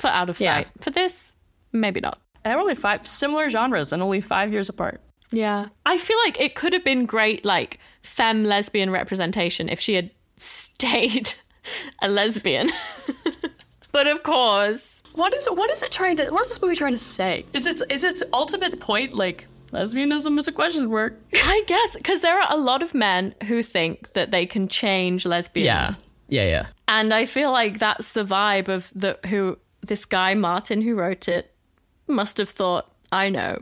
Speaker 3: For out of
Speaker 4: Yeah.
Speaker 3: sight. For this, maybe not.
Speaker 4: And they were only five similar genres and only five years apart.
Speaker 3: Yeah. I feel like it could have been great, like, femme lesbian representation if she had stayed a lesbian. but of course,
Speaker 4: What is what is it trying to? What is this movie trying to say? Is its is its ultimate point like lesbianism is a question mark?
Speaker 3: I guess, because there are a lot of men who think that they can change lesbians.
Speaker 5: Yeah. Yeah, yeah.
Speaker 3: And I feel like that's the vibe of the who this guy Martin who wrote it must have thought, I know.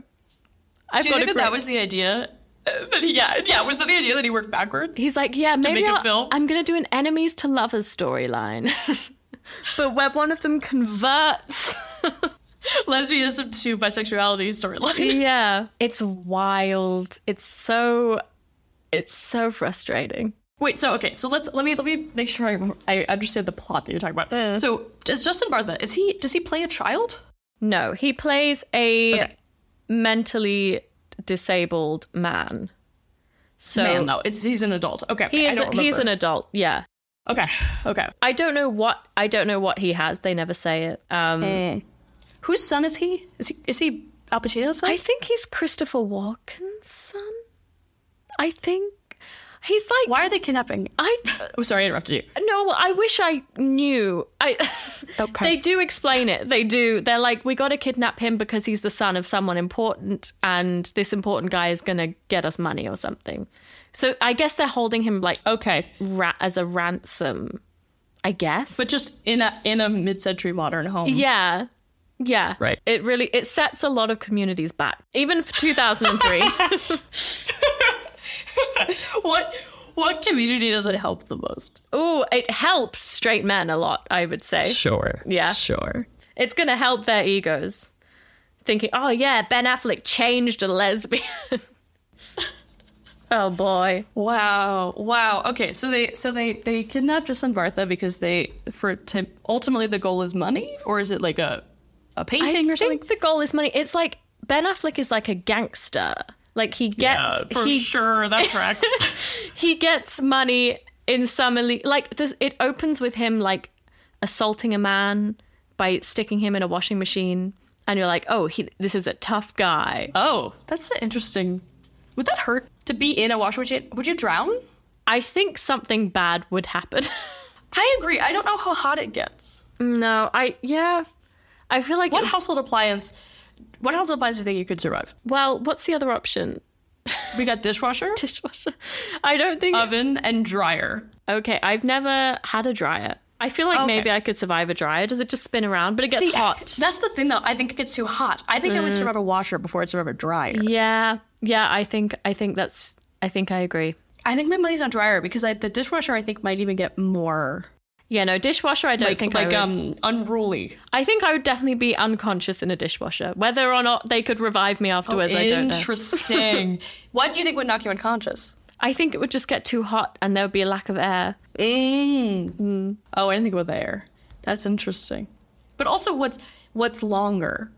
Speaker 3: I've
Speaker 4: Do you
Speaker 3: got
Speaker 4: think that,
Speaker 3: a
Speaker 4: that
Speaker 3: great-
Speaker 4: was the idea? Uh, that he, yeah, yeah. Was that the idea that he worked backwards?
Speaker 3: He's like, yeah, maybe
Speaker 4: make a
Speaker 3: I'll-
Speaker 4: film?
Speaker 3: I'm going to do an enemies to lovers storyline. but where one of them converts.
Speaker 4: Lesbianism to bisexuality storyline.
Speaker 3: yeah. It's wild. It's so it's so frustrating.
Speaker 4: Wait, so okay, so let's let me let me make sure I, I understand the plot that you're talking about. So is Justin Bartha? Is he does he play a child?
Speaker 3: No, he plays a
Speaker 4: Okay.
Speaker 3: mentally disabled man. So
Speaker 4: Man, though, it's he's an adult. Okay,
Speaker 3: he
Speaker 4: I
Speaker 3: is
Speaker 4: don't
Speaker 3: he's an
Speaker 4: remember.
Speaker 3: adult. Yeah.
Speaker 4: okay, okay.
Speaker 3: I don't know what I don't know what he has. They never say it. Um,
Speaker 4: Eh. Whose son is he? Is he is he Al Pacino's son?
Speaker 3: I think he's Christopher Walken's son. I think he's like
Speaker 4: Why are they kidnapping?
Speaker 3: I
Speaker 4: Oh, sorry, I interrupted you.
Speaker 3: no. I wish I knew. I
Speaker 4: Okay.
Speaker 3: they do explain it. They do. They're like we got to kidnap him because he's the son of someone important, and this important guy is gonna get us money or something. So I guess they're holding him like
Speaker 4: Okay,
Speaker 3: ra- as a ransom. I guess.
Speaker 4: but just in a in a mid-century modern home.
Speaker 3: Yeah. Yeah.
Speaker 5: Right.
Speaker 3: It really it sets a lot of communities back. Even for 2003.
Speaker 4: What what community does it help the most?
Speaker 3: Ooh, it helps straight men a lot, I would say.
Speaker 5: Sure.
Speaker 3: Yeah.
Speaker 5: Sure.
Speaker 3: It's going to help their egos. Thinking, "Oh yeah, Ben Affleck changed a lesbian." oh boy.
Speaker 4: Wow, wow. Okay, so they so they they kidnap Justin Bartha because they for to ultimately the goal is money, or is it like a a
Speaker 3: I
Speaker 4: painting or
Speaker 3: think
Speaker 4: something?
Speaker 3: the goal is money. It's like Ben Affleck is like a gangster. Like he gets he
Speaker 4: Uh, sure. That tracks.
Speaker 3: he gets money in some ille- like this it opens with him like assaulting a man by sticking him in a washing machine and you're like oh he, this is a tough guy
Speaker 4: oh, that's interesting. Would that hurt to be in a washing machine? Would you drown?
Speaker 3: i think something bad would happen
Speaker 4: I agree. I don't know how hot it gets.
Speaker 3: no i yeah i feel like
Speaker 4: What
Speaker 3: it-
Speaker 4: household appliance? What household appliance do you think you could survive?
Speaker 3: well what's the other option
Speaker 4: We got dishwasher,
Speaker 3: dishwasher i don't think
Speaker 4: oven, and dryer.
Speaker 3: okay i've never had a dryer i feel like
Speaker 4: Okay.
Speaker 3: maybe i could survive a dryer does it just spin around but it gets
Speaker 4: See,
Speaker 3: hot
Speaker 4: That's the thing, though. I think it gets too hot. I think I would survive a washer before I'd survive a dryer.
Speaker 3: yeah yeah i think i think that's i think i agree
Speaker 4: I think my money's on dryer because I, the dishwasher I think might even get more
Speaker 3: yeah no dishwasher i don't
Speaker 4: like,
Speaker 3: think I
Speaker 4: like
Speaker 3: would.
Speaker 4: um unruly.
Speaker 3: I think I would definitely be unconscious in a dishwasher. Whether or not they could revive me afterwards, I don't know.
Speaker 4: Interesting. what do you think would knock you unconscious?
Speaker 3: I think it would just get too hot and there would be a lack of air.
Speaker 4: Oh, I didn't think about the air. That's interesting. But also, what's what's longer?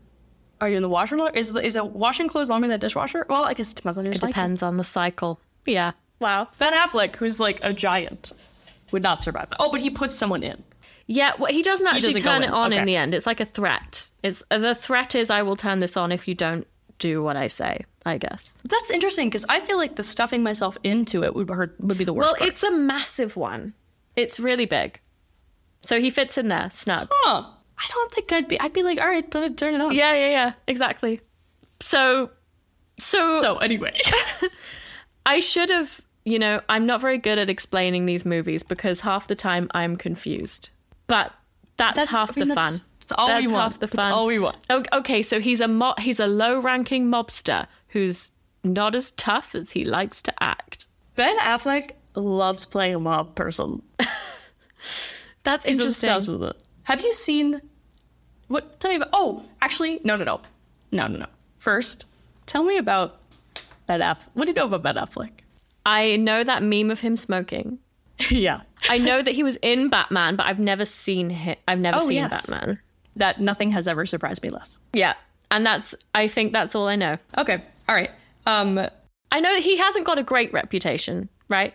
Speaker 4: Are you in the washer? lo- Is the- is a washing clothes longer than a dishwasher? Well, I guess it depends on your
Speaker 3: It
Speaker 4: cycle.
Speaker 3: depends on the cycle. Yeah. Wow.
Speaker 4: Ben Affleck, who's like a giant, would not survive. that. Oh, but he puts someone in.
Speaker 3: Yeah, well, he doesn't actually
Speaker 4: doesn't go
Speaker 3: turn it
Speaker 4: in.
Speaker 3: on in
Speaker 4: Okay.
Speaker 3: the end. It's like a threat. It's uh, the threat is I will turn this on if you don't do what I say, I guess.
Speaker 4: That's interesting because I feel like the stuffing myself into it would hurt, would be the worst.
Speaker 3: Well,
Speaker 4: part.
Speaker 3: it's a massive one. It's really big. So he fits in there, snug.
Speaker 4: Huh. I don't think I'd be. I'd be like, all right, put it, turn it on.
Speaker 3: Yeah, yeah, yeah. Exactly. So so
Speaker 4: So anyway,
Speaker 3: I should have, you know, I'm not very good at explaining these movies because half the time I'm confused. But that's, half
Speaker 4: I mean,
Speaker 3: the
Speaker 4: that's-
Speaker 3: fun.
Speaker 4: That's all
Speaker 3: That's
Speaker 4: we want.
Speaker 3: half the
Speaker 4: That's
Speaker 3: fun.
Speaker 4: all we want.
Speaker 3: O- Okay, so he's a mo- he's a low-ranking mobster who's not as tough as he likes to act.
Speaker 4: Ben Affleck loves playing a mob person.
Speaker 3: That's
Speaker 4: He's
Speaker 3: interesting.
Speaker 4: obsessed with it. Have you seen? What? Tell me about. Oh, actually, no, no, no, no, no, no. First, tell me about Ben Affleck. What do you know about Ben Affleck?
Speaker 3: I know that meme of him smoking.
Speaker 4: yeah,
Speaker 3: I know that he was in Batman, but I've never seen him. I've never
Speaker 4: Oh,
Speaker 3: seen
Speaker 4: yes.
Speaker 3: Batman.
Speaker 4: that nothing has ever surprised me less.
Speaker 3: Yeah, and that's I think that's all I know.
Speaker 4: Okay, all right. Um,
Speaker 3: I know that he hasn't got a great reputation, right?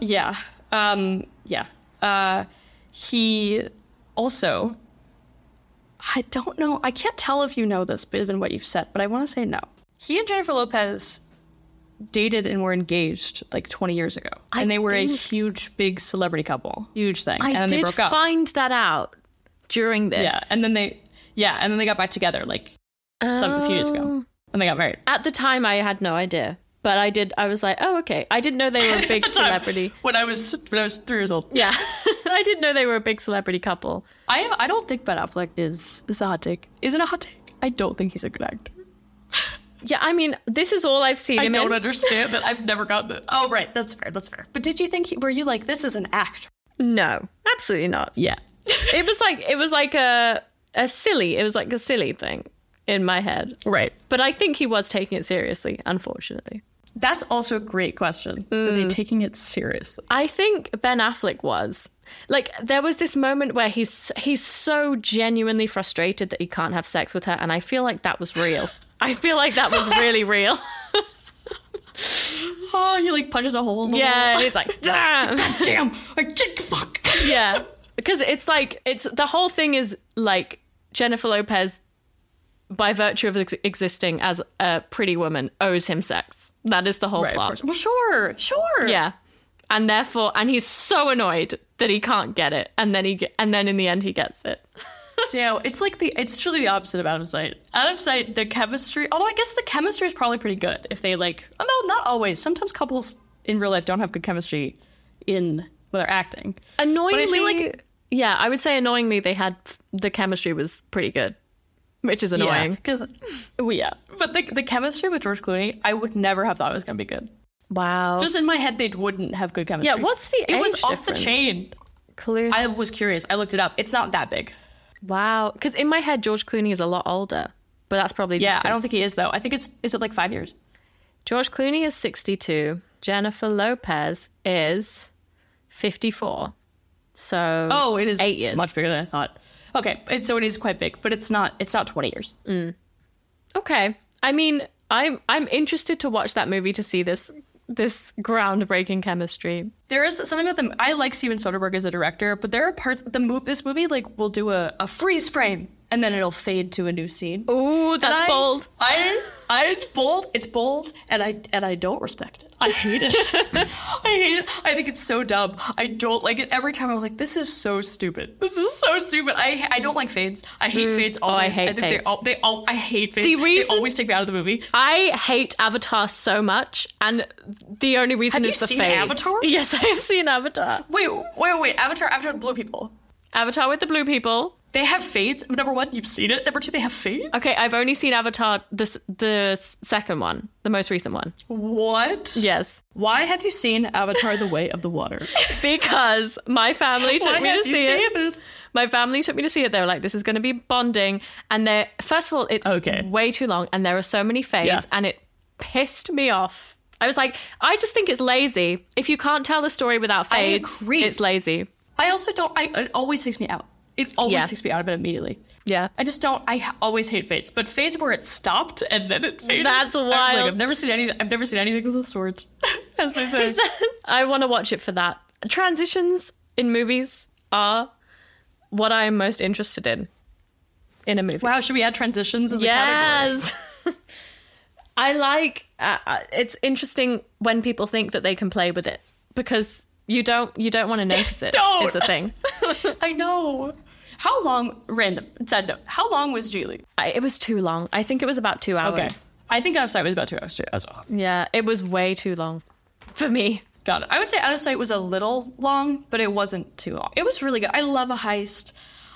Speaker 4: Yeah. Um, yeah. Uh, he also. I don't know. I can't tell if you know this, based on what you've said, but I want to say no. He and Jennifer Lopez dated and were engaged like 20 years ago.
Speaker 3: I
Speaker 4: and they were a
Speaker 3: think-
Speaker 4: huge, big celebrity couple. Huge thing.
Speaker 3: I
Speaker 4: and then
Speaker 3: did
Speaker 4: they broke up.
Speaker 3: find that out during this.
Speaker 4: yeah. And then they, yeah. And then they got back together like some, a few years
Speaker 3: Oh.
Speaker 4: ago. And they got married.
Speaker 3: At the time, I had no idea, but I did. I was like, oh, okay. I didn't know they were a big celebrity.
Speaker 4: When I was when I was three years old.
Speaker 3: Yeah, I didn't know they were a big celebrity couple.
Speaker 4: I am, I don't think Ben Affleck is is a hot take. Isn't a hot take. I don't think he's a good actor.
Speaker 3: Yeah, I mean, this is all I've seen
Speaker 4: I
Speaker 3: him
Speaker 4: don't
Speaker 3: in.
Speaker 4: understand that. I've never gotten it. Oh right, that's fair. That's fair. But did you think he, were you like this is an actor?
Speaker 3: no, absolutely not.
Speaker 4: Yeah.
Speaker 3: It was like it was like a a silly. It was like a silly thing in my head.
Speaker 4: right.
Speaker 3: But I think he was taking it seriously. Unfortunately,
Speaker 4: That's also a great question. Are they taking it seriously?
Speaker 3: I think Ben Affleck was like there was this moment where he's he's so genuinely frustrated that he can't have sex with her, and I feel like that was real. I feel like that was really real.
Speaker 4: Oh, he like punches a hole in the
Speaker 3: Yeah, and
Speaker 4: wall.
Speaker 3: he's like, damn.
Speaker 4: God damn, I can't fuck.
Speaker 3: yeah because it's like it's the whole thing is like jennifer lopez by virtue of ex- existing as a pretty woman owes him sex that is the whole
Speaker 4: Right, of
Speaker 3: plot
Speaker 4: course. Well, sure, sure.
Speaker 3: yeah and therefore and he's so annoyed that he can't get it and then he ge- and then in the end he gets it
Speaker 4: Damn, it's like the it's truly the opposite of out of sight. Out of sight, the chemistry. Although I guess the chemistry is probably pretty good if they like. Although not always. Sometimes couples in real life don't have good chemistry in when they're acting.
Speaker 3: annoyingly
Speaker 4: like-
Speaker 3: yeah i would say annoyingly they had the chemistry was pretty good which is annoying
Speaker 4: because well, yeah. But the the chemistry with George Clooney, I would never have thought it was gonna be good.
Speaker 3: wow
Speaker 4: Just in my head, they wouldn't have good chemistry.
Speaker 3: yeah what's the
Speaker 4: it was
Speaker 3: age
Speaker 4: off the
Speaker 3: difference?
Speaker 4: chain.
Speaker 3: Clooney-
Speaker 4: I was curious. I looked it up. It's not that big.
Speaker 3: wow because in my head george clooney is a lot older but that's probably just
Speaker 4: Yeah,
Speaker 3: 'cause-
Speaker 4: I don't think he is though. I think it's is it like five years?
Speaker 3: George Clooney is 62. Jennifer Lopez is 54. So
Speaker 4: Oh, it is
Speaker 3: eight years.
Speaker 4: much bigger than I thought. Okay, it's, so it is quite big, but it's not. It's not twenty years.
Speaker 3: okay. I mean, I'm I'm interested to watch that movie to see this this groundbreaking chemistry.
Speaker 4: There is something about them. I like Steven Soderbergh as a director, but there are parts. The move, this movie, like, will do a, a freeze frame, and then it'll fade to a new scene.
Speaker 3: Ooh, that's
Speaker 4: I-
Speaker 3: bold.
Speaker 4: I, I, it's bold. It's bold, and I, and I don't respect it. I hate it. I hate it. I think it's so dumb. I don't like it. Every time I was like, this is so stupid. This is so stupid. I, I don't like fades. Mm. I hate fades. All
Speaker 3: Oh, I
Speaker 4: fades.
Speaker 3: hate
Speaker 4: I think they
Speaker 3: fades.
Speaker 4: all, they all, I hate fades.
Speaker 3: The reason-
Speaker 4: they always take me out of the movie.
Speaker 3: I hate Avatar so much, and the only reason
Speaker 4: Have you
Speaker 3: is the
Speaker 4: seen
Speaker 3: fades.
Speaker 4: Avatar?
Speaker 3: Yes, I have seen Avatar.
Speaker 4: Wait, wait, wait. Avatar, Avatar, the blue people.
Speaker 3: Avatar with the blue people.
Speaker 4: They have fades. Number one, you've seen it. Number two, they have fades.
Speaker 3: Okay, I've only seen Avatar the s- the s- second one, the most recent one.
Speaker 4: What?
Speaker 3: Yes.
Speaker 4: Why have you seen Avatar: The Way of the Water?
Speaker 3: because my family took
Speaker 4: Why
Speaker 3: me to
Speaker 4: have you
Speaker 3: see
Speaker 4: seen
Speaker 3: it.
Speaker 4: this?
Speaker 3: My family took me to see it. They were like, "This is going to be bonding," and they first of all, it's
Speaker 4: Okay.
Speaker 3: way too long, and there are so many fades,
Speaker 4: Yeah.
Speaker 3: and it pissed me off. I was like, I just think it's lazy. If you can't tell the story without
Speaker 4: I
Speaker 3: fades,
Speaker 4: agree.
Speaker 3: it's lazy.
Speaker 4: I also don't. I, it always takes me out. It always
Speaker 3: Yeah.
Speaker 4: takes me out of it immediately.
Speaker 3: Yeah.
Speaker 4: I just don't. I ha- always hate fades, but fades where it stopped and then it faded.
Speaker 3: That's
Speaker 4: I was
Speaker 3: wild.
Speaker 4: Like, I've never seen any. I've never seen anything of the sort, as they say.
Speaker 3: I want to watch it for that. Transitions in movies are what I am most interested in in a movie.
Speaker 4: wow, should we add transitions as a category?
Speaker 3: Yes. I like uh, uh, it's interesting when people think that they can play with it because you don't you don't want to notice it.
Speaker 4: Don't.
Speaker 3: Is the thing.
Speaker 4: I know. How long? Random side note. How long was Geely?
Speaker 3: I, it was too long. I think it was about 2 hours.
Speaker 4: I think out of sight was about two hours too, as well.
Speaker 3: Yeah, it was way too long for me.
Speaker 4: Got it. I would say Out of Sight was a little long, but it wasn't too long. It was really good. I love a heist.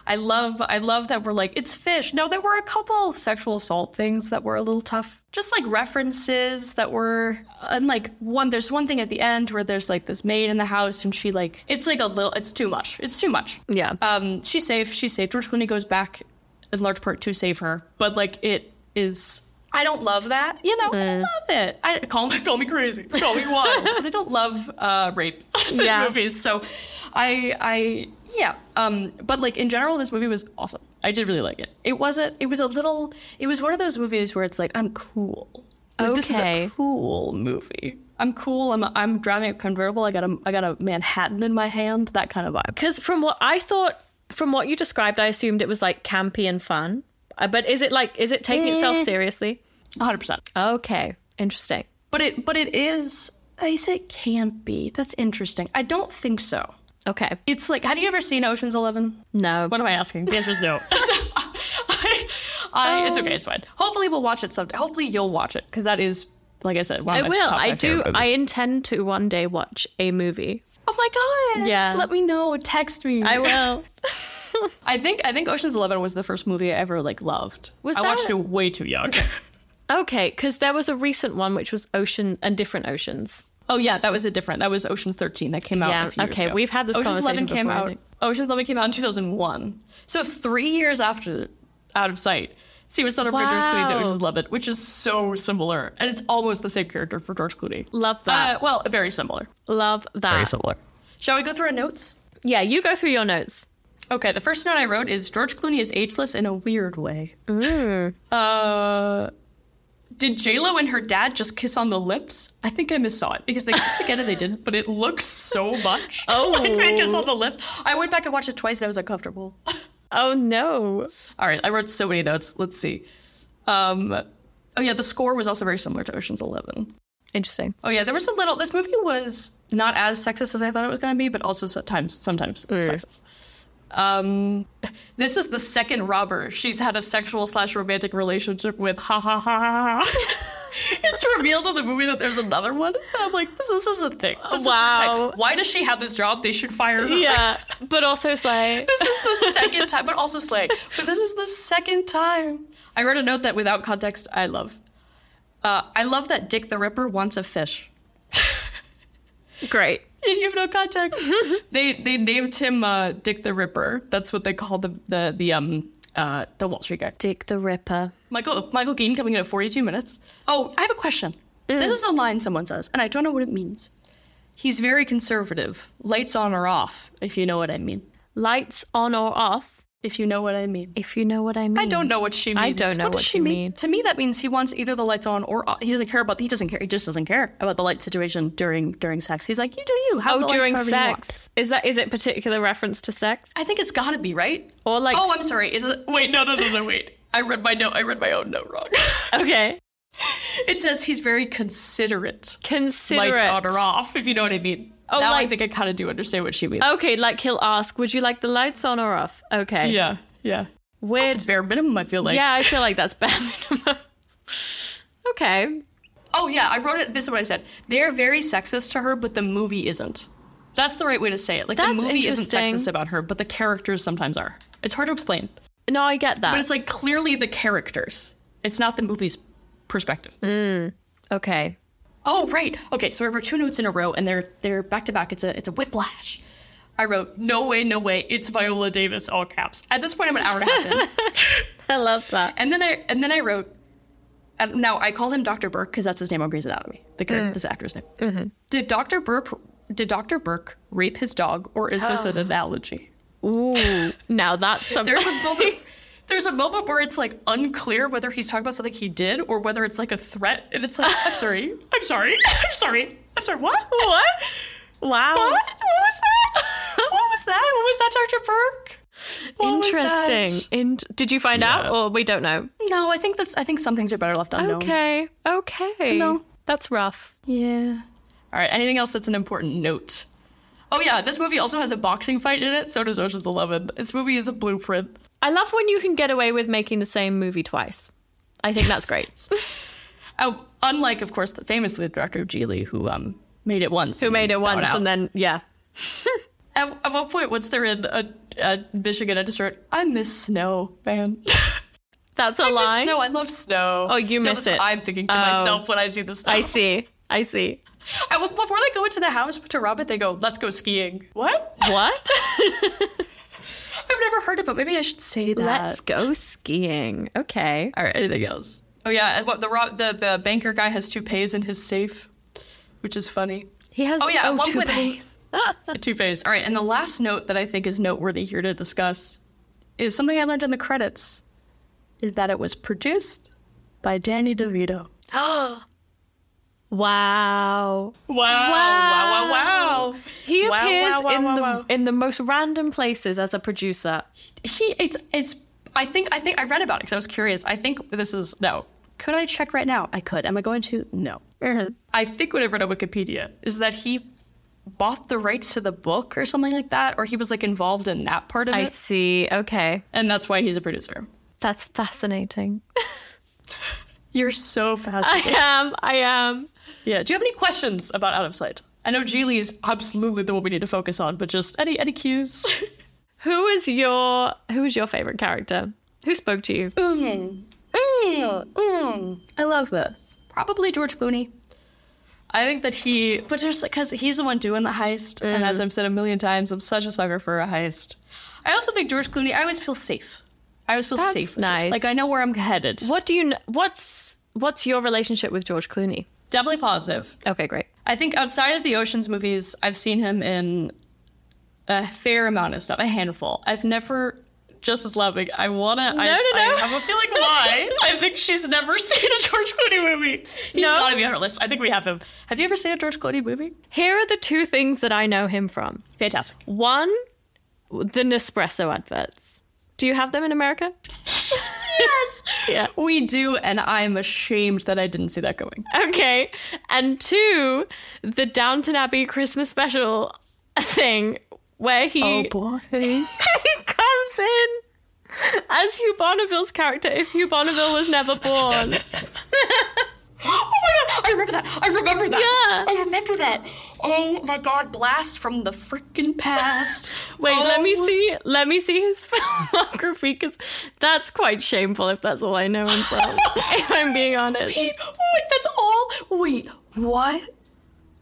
Speaker 4: I love I love that we're like, it's fish. No, there were a couple sexual assault things that were a little tough. Just like references that were and like one there's one thing at the end where there's like this maid in the house and she like it's like a little it's too much. It's too much.
Speaker 3: Yeah.
Speaker 4: Um she's safe, she's safe. George Clooney goes back in large part to save her. But like it is I don't love that. You know,
Speaker 3: Mm.
Speaker 4: I love it. I call me call me crazy. Call me wild. but I don't love uh rape in
Speaker 3: Yeah.
Speaker 4: movies. So I I yeah. Um but like in general this movie was awesome. I did really like it. It wasn't it was a little it was one of those movies where it's like I'm cool. Like this is
Speaker 3: Okay.
Speaker 4: a cool movie. I'm cool. I'm I'm driving a convertible. I got a I got a Manhattan in my hand. That kind of vibe.
Speaker 3: Cuz from what I thought from what you described I assumed it was like campy and fun. Uh, But is it like is it taking itself seriously?
Speaker 4: 100%.
Speaker 3: Eh. Okay, interesting.
Speaker 4: But it but it is I say it can't be. That's interesting. I don't think so.
Speaker 3: Okay.
Speaker 4: It's like have you ever seen Ocean's Eleven?
Speaker 3: No.
Speaker 4: What am I asking? The answer is no. I, I, it's okay. It's fine. Hopefully we'll watch it someday. Hopefully you'll watch it because that is like I said. One
Speaker 3: I
Speaker 4: of my
Speaker 3: will.
Speaker 4: top
Speaker 3: I
Speaker 4: five
Speaker 3: do.
Speaker 4: favorite
Speaker 3: I
Speaker 4: movies.
Speaker 3: intend to one day watch a movie.
Speaker 4: Oh my god.
Speaker 3: Yeah.
Speaker 4: Let me know. Text me.
Speaker 3: I will.
Speaker 4: I think I think Ocean's Eleven was the first movie I ever like loved.
Speaker 3: Was
Speaker 4: I
Speaker 3: that-
Speaker 4: watched it way too young.
Speaker 3: okay, because there was a recent one which was Ocean and Different Oceans.
Speaker 4: oh yeah, that was a different. That was Ocean's Thirteen that came out.
Speaker 3: Yeah,
Speaker 4: a few years
Speaker 3: okay,
Speaker 4: ago.
Speaker 3: we've had this
Speaker 4: Ocean's Eleven
Speaker 3: conversation
Speaker 4: came
Speaker 3: before, I
Speaker 4: out.
Speaker 3: think.
Speaker 4: Ocean's Eleven came out in two thousand one. So three years after Out of Sight. Steven Soderbergh wow. George Clooney to
Speaker 3: Wow.
Speaker 4: Ocean's Eleven, which is so similar, and it's almost the same character for George Clooney.
Speaker 3: Love
Speaker 4: Uh,
Speaker 3: that.
Speaker 4: well, very similar.
Speaker 3: Love that.
Speaker 5: Very similar.
Speaker 4: Shall we go through our notes?
Speaker 3: Yeah, you go through your notes.
Speaker 4: Okay, the first note I wrote is George Clooney is ageless in a weird way. Uh, did J Lo and her dad just kiss on the lips? I think I missaw it because they kissed again and they didn't, but it looks so much. Oh, like they kiss on the lips. I went back and watched it twice and I was uncomfortable.
Speaker 3: Oh no.
Speaker 4: All right, I wrote so many notes. Let's see. Um, oh yeah, the score was also very similar to Ocean's Eleven.
Speaker 3: Interesting.
Speaker 4: Oh yeah, there was a little. This movie was not as sexist as I thought it was going to be, but also sometimes sometimes
Speaker 3: Mm.
Speaker 4: sexist. Um, this is the second robber she's had a sexual slash romantic relationship with. Ha ha ha ha. ha. it's revealed in the movie that there's another one, and I'm like, this, this is a thing. This Is her
Speaker 3: Wow.
Speaker 4: type. Why does she have this job? They should fire her.
Speaker 3: Yeah, but also it's like
Speaker 4: This is the second time, but also Slay. But this is the second time. I wrote a note that without context, I love. Uh, I love that Dick the Ripper wants a fish.
Speaker 3: great.
Speaker 4: you have no context. they they named him uh, Dick the Ripper. That's what they call the the the um uh the Wall Street guy.
Speaker 3: Dick the Ripper.
Speaker 4: Michael Michael Keane coming in at 42 minutes. Oh, I have a question. This is a line someone says, and I don't know what it means. He's very conservative. Lights on or off, if you know what I mean.
Speaker 3: Lights on or off,
Speaker 4: If you know what I mean.
Speaker 3: if you know what I mean.
Speaker 4: I don't know what she means.
Speaker 3: I don't know
Speaker 4: does
Speaker 3: what
Speaker 4: she
Speaker 3: you
Speaker 4: mean?
Speaker 3: mean.
Speaker 4: To me, that means he wants either the lights on or off. he doesn't care about. He doesn't care. He just doesn't care about the light situation during during sex. He's like, you do you. Have the
Speaker 3: Oh,
Speaker 4: lights
Speaker 3: during
Speaker 4: however you want."
Speaker 3: sex. Is that is it particular reference to sex?
Speaker 4: I think it's got to be right.
Speaker 3: Or like
Speaker 4: oh, I'm sorry. Is it? Wait, no, no, no, no. Wait. I read my note. I read my own note wrong.
Speaker 3: okay.
Speaker 4: it says he's very considerate.
Speaker 3: Considerate.
Speaker 4: Lights on or off, if you know what I mean.
Speaker 3: Oh,
Speaker 4: now I
Speaker 3: like-
Speaker 4: think I kind of do understand what she means.
Speaker 3: Okay, like he'll ask, "Would you like the lights on or off?" Okay.
Speaker 4: Yeah, yeah.
Speaker 3: Weird.
Speaker 4: It's bare minimum. I feel like.
Speaker 3: yeah, I feel like that's bare minimum. okay.
Speaker 4: Oh yeah, I wrote it. This is what I said. They're very sexist to her, but the movie isn't. That's the right way to say it. Like the
Speaker 3: That's
Speaker 4: movie isn't
Speaker 3: interesting.
Speaker 4: sexist about her, but the characters sometimes are. It's hard to explain,
Speaker 3: No, I get
Speaker 4: but
Speaker 3: that.
Speaker 4: it's like clearly the characters. It's not the movie's perspective.
Speaker 3: Mm. okay.
Speaker 4: Oh right. Okay, so I wrote two notes in a row, and they're they're back to back. It's a it's a whiplash. I wrote no way, no way. It's Viola Davis, all caps. At this point, I'm an hour and a half in.
Speaker 3: I love that.
Speaker 4: And then I and then I wrote. and Now I call him Dr. Burke because that's his name on Grey's Anatomy. The character,
Speaker 3: Mm.
Speaker 4: this actor's name.
Speaker 3: Mm-hmm.
Speaker 4: Did Dr. Burke did Dr. Burke rape his dog, or is this
Speaker 3: Oh.
Speaker 4: an analogy?
Speaker 3: Ooh. Now that's something.
Speaker 4: There's a moment. There's a moment where it's like unclear whether he's talking about something he did or whether it's like a threat, and it's like, I'm sorry, I'm sorry, I'm sorry, I'm sorry. What? What?
Speaker 3: Wow.
Speaker 4: What? What was that? What was that? What was that, Dr. Burke? What was that?
Speaker 3: Interesting. In- did you find out, or we don't know?
Speaker 4: No, I think that's. I think some things are better left unknown.
Speaker 3: Okay. Okay.
Speaker 4: No.
Speaker 3: That's rough.
Speaker 4: Yeah. All right. Anything else that's an important note? Oh yeah, this movie also has a boxing fight in it. So does Ocean's Eleven. This movie is a blueprint.
Speaker 3: I love when you can get away with making the same movie twice. I think that's great.
Speaker 4: Oh, unlike, of course, the, famously the director of Geely, who um made it once.
Speaker 3: Who made it once and then yeah.
Speaker 4: at, at one point, once they're in a, a Michigan, I just wrote, "I miss snow, man.
Speaker 3: That's a
Speaker 4: I miss
Speaker 3: lie.
Speaker 4: snow. I love snow."
Speaker 3: Oh, you
Speaker 4: No,
Speaker 3: miss
Speaker 4: that's what
Speaker 3: it.
Speaker 4: I'm thinking to
Speaker 3: Oh.
Speaker 4: myself when I see the snow.
Speaker 3: I see. I see.
Speaker 4: I- well, before they go into the house to Robert, they go, "Let's go skiing." What?
Speaker 3: What?
Speaker 4: I've never heard it, but maybe I should say that.
Speaker 3: Let's go skiing. Okay.
Speaker 4: All right, anything else? Oh yeah, and what the ro- the the banker guy has toupees in his safe, which is funny.
Speaker 3: He has
Speaker 4: Oh, yeah,
Speaker 3: oh,
Speaker 4: one
Speaker 3: two
Speaker 4: with a-
Speaker 3: bays.
Speaker 4: toupees. All right, and the last note that I think is noteworthy here to discuss is something I learned in the credits, is that it was produced by Danny DeVito.
Speaker 3: Wow.
Speaker 4: Wow! Wow! Wow! Wow!
Speaker 3: He
Speaker 4: Wow,
Speaker 3: appears
Speaker 4: wow, wow,
Speaker 3: in
Speaker 4: wow,
Speaker 3: the
Speaker 4: wow.
Speaker 3: in the most random places as a producer.
Speaker 4: He it's it's. I think I think I read about it because I was curious. I think this is no. Could I check right now? I could. Am I going to? No. I think what I read on Wikipedia is that he bought the rights to the book or something like that, or he was like involved in that part of
Speaker 3: I
Speaker 4: it,
Speaker 3: see. Okay.
Speaker 4: and that's why he's a producer.
Speaker 3: That's fascinating.
Speaker 4: You're so
Speaker 3: I
Speaker 4: fascinating.
Speaker 3: am. I am.
Speaker 4: yeah. Do you have any questions about Out of Sight? I know Geely is absolutely the one we need to focus on, but just any any cues.
Speaker 3: Who is your who is your favorite character? Who spoke to you?
Speaker 4: I love this. Probably George Clooney. I think that he, but just because he's the one doing the heist, and as I've said a million times, I'm such a sucker for a heist. I also think George Clooney. I always feel safe. I always feel
Speaker 3: That's
Speaker 4: safe. with George-
Speaker 3: nice.
Speaker 4: Like I know where I'm headed.
Speaker 3: What do you kn- what's what's your relationship with George Clooney?
Speaker 4: Definitely positive.
Speaker 3: Okay, great.
Speaker 4: I think outside of the Ocean's movies, I've seen him in a fair amount of stuff, a handful. I've never just as loving. I wanna. I,
Speaker 3: no, no.
Speaker 4: I have a feeling why. I think she's never seen a George Clooney movie. He's
Speaker 3: No?
Speaker 4: gotta be on her list. I think we have him. Have you ever seen a George Clooney movie?
Speaker 3: Here are the two things that I know him from.
Speaker 4: Fantastic.
Speaker 3: One, the Nespresso adverts. Do you have them in America?
Speaker 4: yes. Yeah. We do, and I'm ashamed that I didn't see that going.
Speaker 3: Okay. And two, the Downton Abbey Christmas special thing where he
Speaker 4: Oh, boy.
Speaker 3: he comes in as Hugh Bonneville's character if Hugh Bonneville was never born.
Speaker 4: Oh my god, I remember that. I remember that.
Speaker 3: Yeah.
Speaker 4: I remember that. Oh my god, blast from the freaking past.
Speaker 3: Wait, let me
Speaker 4: Oh.
Speaker 3: see. Let me see his filmography because that's quite shameful if that's all I know him from. if I'm being honest,
Speaker 4: Wait, wait, that's all. Wait, what?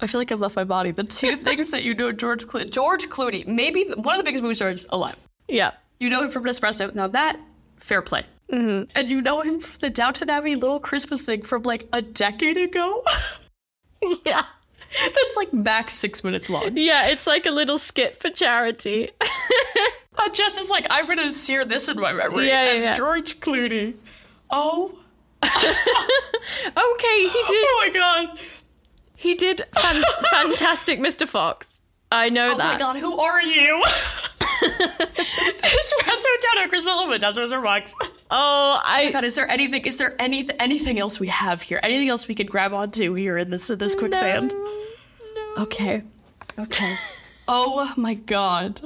Speaker 4: I feel like I've left my body. The two things that you know George Clooney. George Clooney, maybe th- one of the biggest movie stars alive.
Speaker 3: yeah.
Speaker 4: You know him from Nespresso. Now that, fair play. Mm-hmm. And you know him from the Downton Abbey little Christmas thing from like a decade ago.
Speaker 3: Yeah.
Speaker 4: that's like max six minutes long.
Speaker 3: Yeah, it's like a little skit for charity.
Speaker 4: Uh, Jess is like, I'm gonna sear this in my memory
Speaker 3: Yeah, yeah,
Speaker 4: as
Speaker 3: yeah.
Speaker 4: George Clooney. Oh,
Speaker 3: okay, he did.
Speaker 4: oh my god.
Speaker 3: He did fan- fantastic, Mr. Fox. I know
Speaker 4: Oh
Speaker 3: that.
Speaker 4: my god, who are you? Espresso down Christmas woman. That's Mr. Box.
Speaker 3: Oh, I
Speaker 4: God, is there anything? Is there any anything else we have here? Anything else we could grab onto here in this in this quicksand? Okay, okay. oh my god.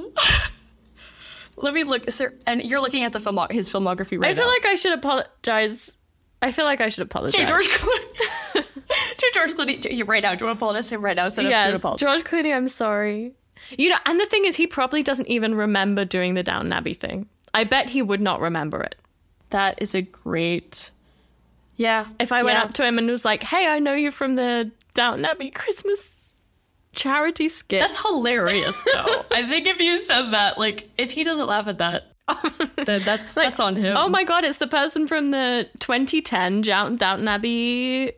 Speaker 4: Let me look. Is there? And you're looking at the film his filmography right
Speaker 3: I feel
Speaker 4: now.
Speaker 3: like I should apologize. I feel like I should apologize.
Speaker 4: to George Clooney. to George Clooney. To, you right now. Do you want to apologize to him right now? Instead of
Speaker 3: Yes,
Speaker 4: doing apology.
Speaker 3: George Clooney, I'm sorry. You know, and the thing is, he probably doesn't even remember doing the Downton Abbey thing. I bet he would not remember it.
Speaker 4: That is a great. Yeah.
Speaker 3: If I went
Speaker 4: yeah.
Speaker 3: up to him and was like, hey, I know you from the Downton Abbey Christmas charity skit.
Speaker 4: That's hilarious, though. I think if you said that, like, if he doesn't laugh at that, then that's that's on him.
Speaker 3: oh my god, it's the person from the 2010 Down- Downton Abbey.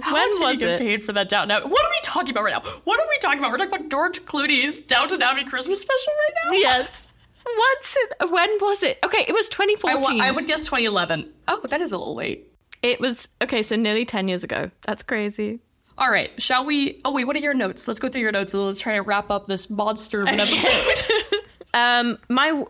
Speaker 4: How
Speaker 3: when
Speaker 4: much did
Speaker 3: was
Speaker 4: he get
Speaker 3: it?
Speaker 4: paid for that Downton Abbey? What are we talking about right now? What are we talking about? We're talking about George Clooney's Downton Abbey Christmas special right now.
Speaker 3: yes. What's it? When was it? Okay, it was
Speaker 4: I
Speaker 3: 2014.
Speaker 4: wa- I would guess 2011. Oh, that is a little late.
Speaker 3: It was, okay, so nearly 10 years ago. That's crazy.
Speaker 4: All right, shall we? Oh wait, what are your notes? Let's go through your notes and let's try to wrap up this monster of an episode.
Speaker 3: Um, my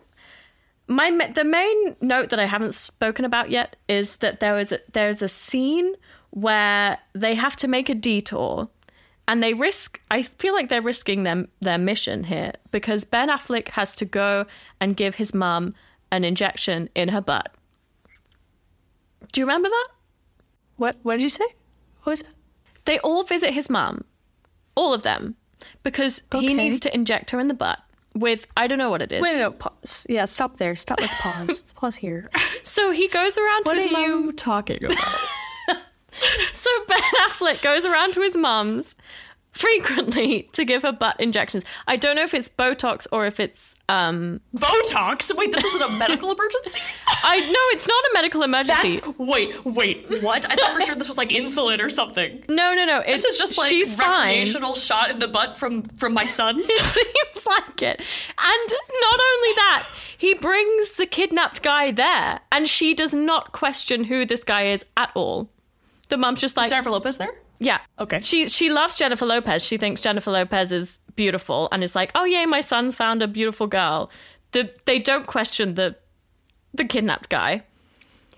Speaker 3: my ma- the main note that I haven't spoken about yet is that there is a, there is a scene where they have to make a detour, and they risk. I feel like they're risking them their mission here because Ben Affleck has to go and give his mum an injection in her butt. Do you remember that?
Speaker 4: what? What did you say? What was?
Speaker 3: They all visit his mum, all of them, because he
Speaker 4: Okay.
Speaker 3: needs to inject her in the butt with I don't know what it is.
Speaker 4: Wait, no, pause. Yeah, stop there. Stop. Let's pause. let's pause here.
Speaker 3: So he goes around
Speaker 4: What
Speaker 3: to
Speaker 4: are
Speaker 3: his mum.
Speaker 4: you talking about?
Speaker 3: So Ben Affleck goes around to his mum's frequently to give her butt injections. I don't know if it's Botox or if it's um
Speaker 4: Botox? Wait, this isn't a medical emergency?
Speaker 3: I no, it's not a medical emergency.
Speaker 4: That's wait, wait, what? I thought for sure this was like insulin or something.
Speaker 3: no, no, no. It's,
Speaker 4: This is just like
Speaker 3: she's fine.
Speaker 4: recreational shot in the butt from from my son.
Speaker 3: It seems like it. And not only that, he brings the kidnapped guy there, and she does not question who this guy is at all. The mum's just like,
Speaker 4: Jennifer Lopez there?
Speaker 3: Yeah.
Speaker 4: Okay.
Speaker 3: She she loves Jennifer Lopez. She thinks Jennifer Lopez is beautiful and is like, "Oh yay, my son's found a beautiful girl." The, they don't question the the kidnapped guy.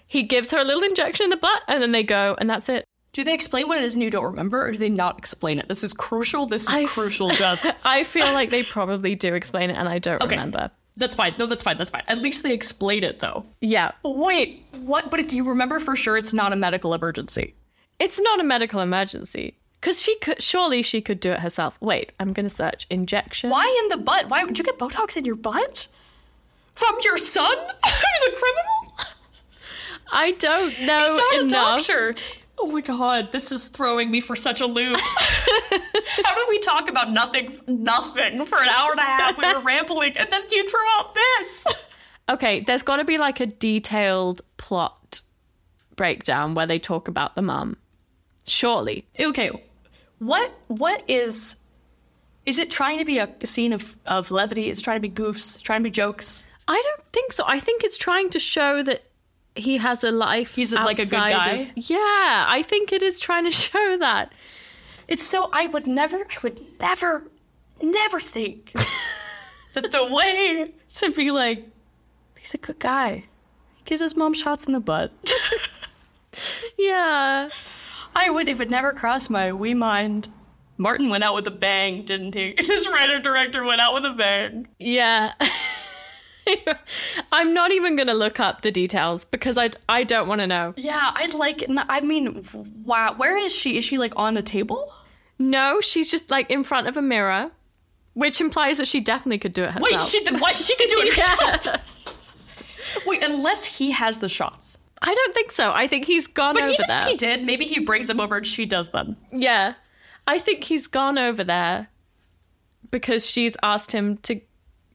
Speaker 3: He gives her a little injection in the butt and then they go and that's it.
Speaker 4: Do they explain what it is and you don't remember, or do they not explain it? This is crucial. This is
Speaker 3: I-
Speaker 4: crucial, Jess.
Speaker 3: I feel like they probably do explain it, and I don't
Speaker 4: Okay.
Speaker 3: remember.
Speaker 4: That's fine. No, that's fine. That's fine. At least they explain it, though.
Speaker 3: Yeah,
Speaker 4: Wait, what? But do you remember for sure it's not a medical emergency?
Speaker 3: it's not a medical emergency because she could surely she could do it herself. Wait, I'm gonna search injection.
Speaker 4: Why in the butt? Why would you get Botox in your butt? From your son? Who's a criminal?
Speaker 3: I don't know
Speaker 4: He's not
Speaker 3: enough.
Speaker 4: a doctor. Oh my god, this is throwing me for such a loop. How did we talk about nothing, nothing for an hour and a half? We were rambling, and then you throw out this.
Speaker 3: Okay, there's got to be like a detailed plot breakdown where they talk about the mum. Surely.
Speaker 4: Okay, what what is? Is it trying to be a scene of of levity? Is it trying to be goofs? Trying to be jokes?
Speaker 3: I don't think so. I think it's trying to show that he has a life.
Speaker 4: He's, like, a good
Speaker 3: outside
Speaker 4: guy?
Speaker 3: of- yeah, I think it is trying to show that.
Speaker 4: It's so I would never, I would never, never think that the way to be like, he's a good guy. Give his mom shots in the butt.
Speaker 3: Yeah.
Speaker 4: I would, it would never cross my wee mind. Martin went out with a bang, didn't he? His writer director went out with a bang.
Speaker 3: Yeah. I'm not even going to look up the details because I, I don't want to know.
Speaker 4: Yeah, I'd like, n- I mean, wow. Where is she? Is she like on the table?
Speaker 3: No, she's just like in front of a mirror, which implies that she definitely could do it herself.
Speaker 4: Wait, she did what? She could do it herself.
Speaker 3: Yeah.
Speaker 4: Wait, unless he has the shots.
Speaker 3: I don't think so. I think he's gone
Speaker 4: But
Speaker 3: over
Speaker 4: even
Speaker 3: there.
Speaker 4: if he did, maybe he brings them over and she does them.
Speaker 3: Yeah. I think he's gone over there because she's asked him to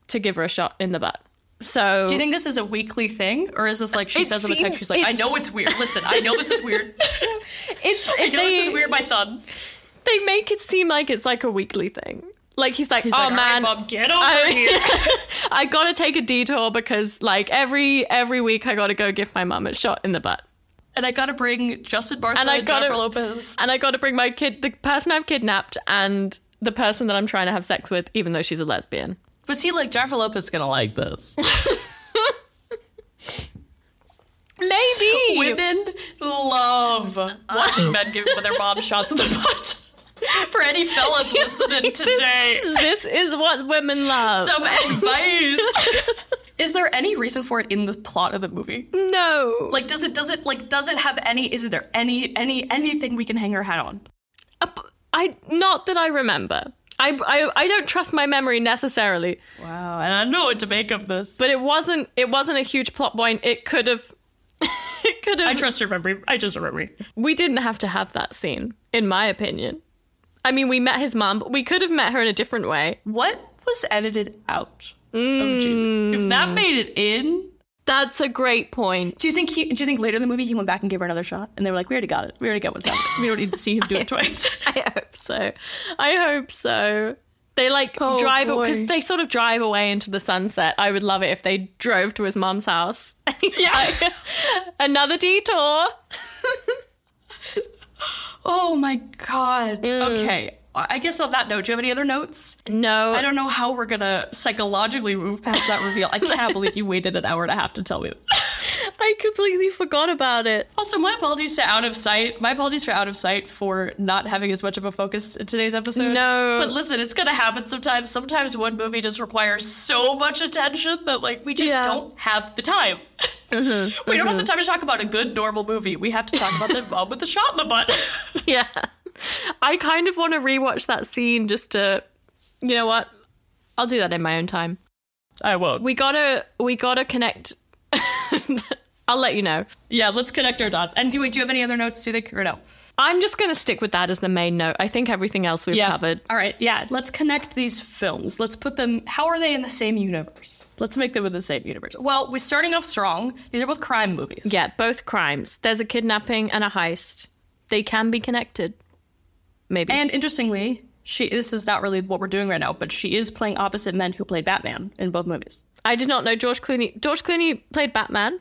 Speaker 3: to give her a shot in the butt. So
Speaker 4: Do you think this is a weekly thing, or is this like she
Speaker 3: It
Speaker 4: says in the text,
Speaker 3: seems-
Speaker 4: she's like, "I
Speaker 3: it's-
Speaker 4: know it's weird. Listen, I know this is weird.
Speaker 3: it's
Speaker 4: I
Speaker 3: it,
Speaker 4: know this is
Speaker 3: they,
Speaker 4: weird, my son."
Speaker 3: they make it seem like it's like a weekly thing. Like he's like,
Speaker 4: He's
Speaker 3: oh
Speaker 4: like,
Speaker 3: man,
Speaker 4: "All right, mom, get over
Speaker 3: I-
Speaker 4: here."
Speaker 3: I gotta take a detour because like every every week I gotta go give my mum a shot in the butt.
Speaker 4: And I gotta bring Justin Bartha
Speaker 3: And
Speaker 4: and,
Speaker 3: I gotta-
Speaker 4: Jennifer Lopez.
Speaker 3: And I gotta bring my kid the person I've kidnapped and the person that I'm trying to have sex with, even though she's a lesbian.
Speaker 4: But see, like Jennifer Lopez is gonna like this.
Speaker 3: Maybe
Speaker 4: Women love watching men give their mom shots in the butt. Uh. For any fellas listening today,
Speaker 3: this is what women love.
Speaker 4: some advice. Mm. Is there any reason for it in the plot of the movie?
Speaker 3: no.
Speaker 4: Like, does it does it like does it have any? Is there any any anything we can hang our hat on?
Speaker 3: Up- I not that I remember. I, I I don't trust my memory necessarily,
Speaker 4: Wow, and I know what to make of this. But
Speaker 3: but it wasn't it wasn't a huge plot point. It could have it could
Speaker 4: I
Speaker 3: have
Speaker 4: trust your memory. I just remember.
Speaker 3: we didn't have to have that scene in my opinion. I mean, we met his mom, but we could have met her in a different way.
Speaker 4: What was edited out of Julie? If that made it in,
Speaker 3: That's a great point.
Speaker 4: do you think he? Do you think later in the movie he went back and gave her another shot? And they were like, "We already got it. We already got what's happening. We already see him do it twice."
Speaker 3: I hope so. I hope so. They like
Speaker 4: Oh,
Speaker 3: drive because
Speaker 4: boy.
Speaker 3: they sort of drive away into the sunset. I would love it if they drove to his mom's house. yeah, another detour.
Speaker 4: oh my god. Okay. I I guess on that note, do you have any other notes?
Speaker 3: No,
Speaker 4: I don't know how we're gonna psychologically move past that reveal. I cannot believe you waited an hour and a half to tell me. that.
Speaker 3: I completely forgot about it.
Speaker 4: Also, my apologies to Out of Sight. My apologies for Out of Sight for not having as much of a focus in today's episode.
Speaker 3: No.
Speaker 4: But listen, it's going to happen sometimes. Sometimes one movie just requires so much attention that, like, we just
Speaker 3: Yeah. Mm-hmm,
Speaker 4: don't have the time. we don't have the time to talk about a good, normal movie. We have to talk about the mom with the shot in the butt.
Speaker 3: Yeah. I kind of want to rewatch that scene just to you know what? I'll do that in my own time.
Speaker 4: I won't.
Speaker 3: We got to we got to connect I'll let you know.
Speaker 4: yeah, let's connect our dots. And do, wait, do you have any other notes? Do they or no?
Speaker 3: I'm just going to stick with that as the main note. I think everything else we've covered.
Speaker 4: All right. Yeah. Let's connect these films. Let's put them. How are they in the same universe? Let's make them in the same universe. Well, we're starting off strong. These are both crime movies.
Speaker 3: Yeah, both crimes. There's a kidnapping and a heist. They can be connected. Maybe.
Speaker 4: And interestingly, she this is not really what we're doing right now, but she is playing opposite men who played Batman in both movies.
Speaker 3: I did not know George Clooney George Clooney played Batman.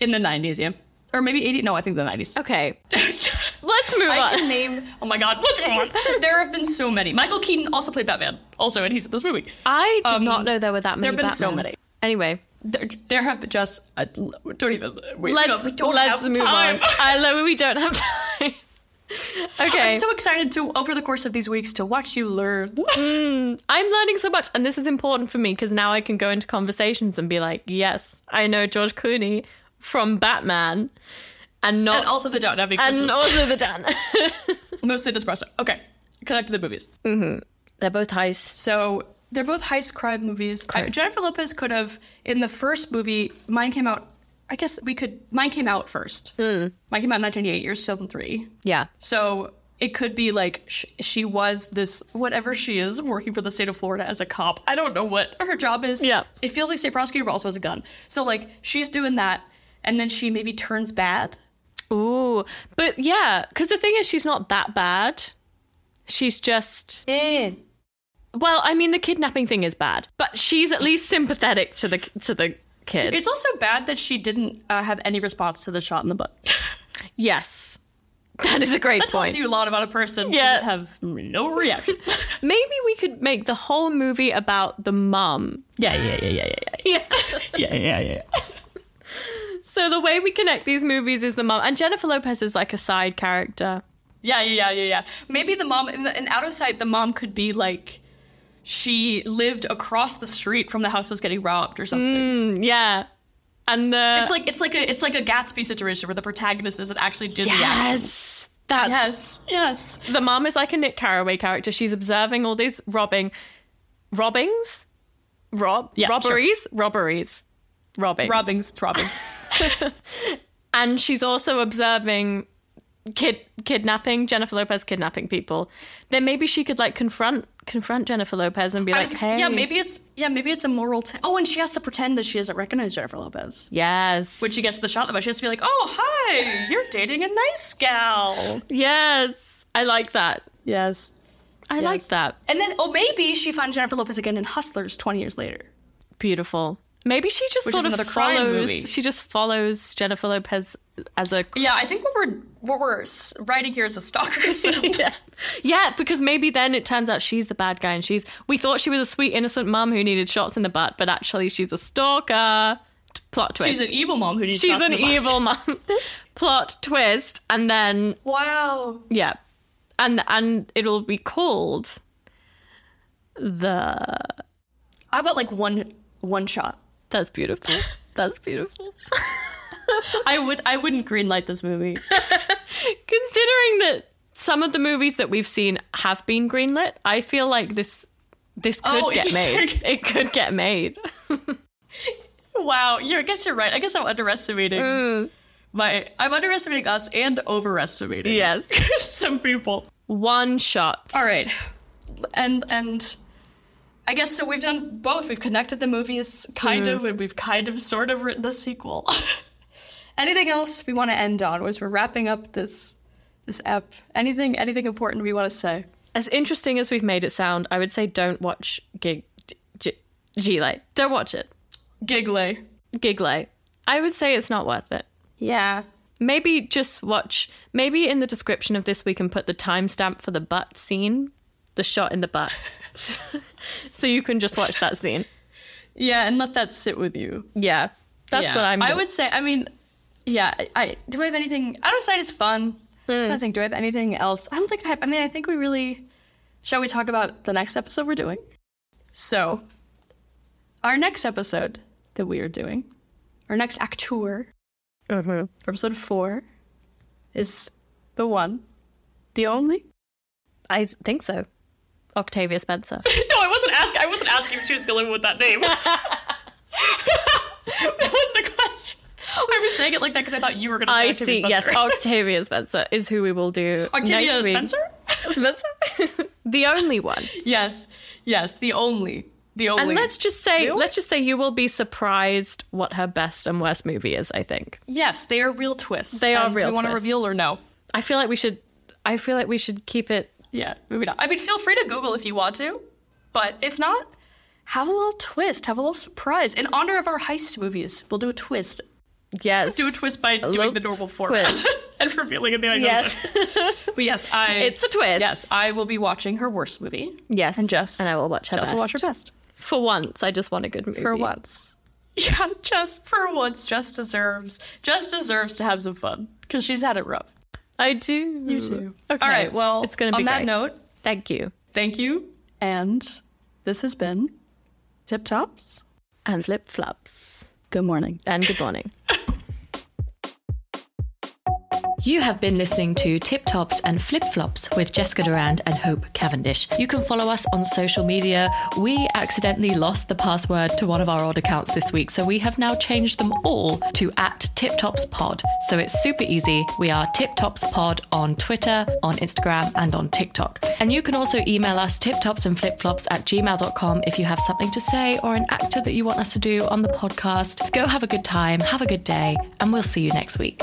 Speaker 4: In the 90s, yeah. Oh. Or maybe 80, no, I think the 90s.
Speaker 3: Okay. Let's move
Speaker 4: I
Speaker 3: on.
Speaker 4: can name Oh my god, what's going on? There have been so many. Michael Keaton also played Batman, also, and he's in this movie.
Speaker 3: I did
Speaker 4: Um,
Speaker 3: not know there were that many
Speaker 4: there have been so
Speaker 3: Batmans.
Speaker 4: many.
Speaker 3: Anyway,
Speaker 4: There, there have been just I don't even wait,
Speaker 3: let's
Speaker 4: no, we don't
Speaker 3: let's
Speaker 4: have
Speaker 3: move
Speaker 4: time.
Speaker 3: on. I know we don't have time. Okay.
Speaker 4: I'm so excited to over the course of these weeks to watch you learn.
Speaker 3: I'm learning so much, and this is important for me because now I can go into conversations and be like, "Yes, I know George Clooney from Batman," and not
Speaker 4: and also the donut because
Speaker 3: and also the Dan.
Speaker 4: mostly espresso. Okay, connect to the movies.
Speaker 3: They're both heists.
Speaker 4: So they're both heist crime movies. I- Jennifer Lopez could have in the first movie. Mine came out. I guess we could. Mine came out first. Mine came out in 1988. Yours 2003.
Speaker 3: Mm. Yeah,
Speaker 4: So it could be like sh- she was this whatever she is working for the state of Florida as a cop. I don't know what her job is.
Speaker 3: Yeah.
Speaker 4: It feels like state prosecutor, but also has a gun. So like she's doing that, and then she maybe turns bad.
Speaker 3: Ooh, but yeah, because the thing is, she's not that bad. She's just well. I mean, the kidnapping thing is bad, but she's at least sympathetic to the to the kid.
Speaker 4: It's also bad that she didn't uh, have any response to the shot in the butt.
Speaker 3: yes, that is a great
Speaker 4: That
Speaker 3: point.
Speaker 4: tells you a lot about a person
Speaker 3: Yeah.
Speaker 4: to just have no reaction.
Speaker 3: Maybe we could make the whole movie about the mum.
Speaker 4: yeah, yeah, yeah, yeah, yeah,
Speaker 3: Yeah.
Speaker 4: yeah, yeah, yeah, yeah.
Speaker 3: So the way we connect these movies is the mum, and Jennifer Lopez is like a side character.
Speaker 4: Yeah, yeah, yeah, yeah, yeah. Maybe the mom in, the, in Out of Sight, the mom could be like, she lived across the street from the house that was getting robbed or something.
Speaker 3: Mm, Yeah, and the
Speaker 4: It's like it's like a it's like a Gatsby situation where the protagonist isn't actually did the action.
Speaker 3: yes, that's
Speaker 4: Yes, yes.
Speaker 3: the mom is like a Nick Carraway character. She's observing all these robbing, robbings, rob
Speaker 4: Yeah, sure.
Speaker 3: robberies, robberies, robbing,
Speaker 4: Robbings, robbings.
Speaker 3: and she's also observing kid kidnapping Jennifer Lopez kidnapping people. Then maybe she could like confront confront Jennifer Lopez and be
Speaker 4: I
Speaker 3: like,
Speaker 4: was-
Speaker 3: hey,
Speaker 4: Yeah, maybe it's yeah, maybe it's a moral. T- oh, and she has to pretend that she doesn't recognize Jennifer Lopez.
Speaker 3: yes,
Speaker 4: When she gets the shot, but she has to be like, "Oh, hi, you're dating a nice gal."
Speaker 3: yes, I like that.
Speaker 4: Yes.
Speaker 3: I like that.
Speaker 4: And then, oh, maybe she finds Jennifer Lopez again in Hustlers 20 years later.
Speaker 3: Beautiful. Maybe she just
Speaker 4: Which is
Speaker 3: sort of
Speaker 4: another crime
Speaker 3: follows.
Speaker 4: movie.
Speaker 3: She just follows Jennifer Lopez as a
Speaker 4: Yeah, I think what we're what we're s- writing here is a stalker. film.
Speaker 3: yeah. yeah, because maybe then it turns out she's the bad guy and she's. We thought she was a sweet, innocent mum who needed shots in the butt, but actually she's a stalker. T- Plot twist.
Speaker 4: She's an evil mom who needs.
Speaker 3: She's
Speaker 4: shots
Speaker 3: an
Speaker 4: in the butt.
Speaker 3: evil mum. Plot twist. And then,
Speaker 4: Wow.
Speaker 3: yeah. And and it'll be called the.
Speaker 4: How about like one one shot?
Speaker 3: That's beautiful. That's beautiful.
Speaker 4: I would I wouldn't greenlight this movie.
Speaker 3: Considering that some of the movies that we've seen have been greenlit, I feel like this this could
Speaker 4: Oh,
Speaker 3: get made.
Speaker 4: interesting.
Speaker 3: It could get made.
Speaker 4: wow. Yeah, I guess you're right. I guess I'm underestimating my. I'm underestimating us and overestimating.
Speaker 3: Yes.
Speaker 4: some people.
Speaker 3: One shot.
Speaker 4: All right, and and I guess so. We've done both. We've connected the movies kind of, and we've kind of sort of written the sequel. anything else we want to end on? Was we're wrapping up this this app? Anything anything important we want to say?
Speaker 3: As interesting as we've made it sound, I would say don't watch Gig G- Gile. Don't watch it.
Speaker 4: Gigley.
Speaker 3: Gigle. I would say it's not worth it.
Speaker 4: Yeah.
Speaker 3: Maybe just watch. Maybe in the description of this we can put the timestamp for the butt scene, the shot in the butt, so you can just watch that scene.
Speaker 4: Yeah, and let that sit with you.
Speaker 3: Yeah, that's
Speaker 4: Yeah.
Speaker 3: what I'm.
Speaker 4: I
Speaker 3: gonna-
Speaker 4: would say. I mean, yeah. I, I do. I have anything. Out of sight is fun.
Speaker 3: Hmm.
Speaker 4: I don't think. Do I have anything else? I don't think. I, have, I mean, I think we really. Shall we talk about the next episode we're doing? So, our next episode that we are doing, our next acteur,
Speaker 3: Mm-hmm.
Speaker 4: for episode four, is the one, the only.
Speaker 3: I think so. Octavia Spencer.
Speaker 4: No, I wasn't asking. I wasn't asking if she was going with that name. that wasn't a question. I was saying it like that because I thought you were going to say
Speaker 3: I
Speaker 4: Octavia
Speaker 3: see. Yes,
Speaker 4: Spencer.
Speaker 3: Octavia Spencer is who we will do.
Speaker 4: Octavia
Speaker 3: next week.
Speaker 4: Spencer?
Speaker 3: Spencer. the only one.
Speaker 4: Yes, yes, the only, the only.
Speaker 3: And let's just say,
Speaker 4: Really?
Speaker 3: let's just say you will be surprised what her best and worst movie is, I think.
Speaker 4: yes, they are real twists.
Speaker 3: They are
Speaker 4: And Do
Speaker 3: real
Speaker 4: we want to
Speaker 3: twists.
Speaker 4: reveal or no?
Speaker 3: I feel like we should I feel like we should keep it
Speaker 4: Yeah, maybe not. I mean, feel free to Google if you want to, but if not, have a little twist, have a little surprise in honor of our heist movies. We'll do a twist.
Speaker 3: yes.
Speaker 4: Do a twist by
Speaker 3: little
Speaker 4: doing the normal format
Speaker 3: twist.
Speaker 4: and revealing it. The
Speaker 3: Yes.
Speaker 4: but yes, I.
Speaker 3: it's a twist.
Speaker 4: yes, I will be watching her worst movie.
Speaker 3: Yes.
Speaker 4: and Jess
Speaker 3: and I will watch her
Speaker 4: Jess
Speaker 3: best.
Speaker 4: will watch her best.
Speaker 3: For once, I just want a good movie.
Speaker 4: for once. Yeah, just for once, just deserves just deserves to have some fun because she's had it rough.
Speaker 3: I do.
Speaker 4: You too.
Speaker 3: Okay.
Speaker 4: All right. Well,
Speaker 3: it's gonna be
Speaker 4: on that
Speaker 3: great.
Speaker 4: note,
Speaker 3: Thank you.
Speaker 4: thank you. And this has been Tip Tops.
Speaker 3: And flip flops.
Speaker 4: Good morning.
Speaker 3: And good morning.
Speaker 1: You have been listening to Tip Tops and Flip Flops with Jessica Durand and Hope Cavendish. You can follow us on social media. We accidentally lost the password to one of our old accounts this week, so we have now changed them all to at Tip Tops Pod. So it's super easy. We are Tip Tops Pod on Twitter, on Instagram, and on TikTok. And you can also email us tiptops and flipflops at gmail.com if you have something to say or an actor that you want us to do on the podcast. Go have a good time, have a good day, and we'll see you next week.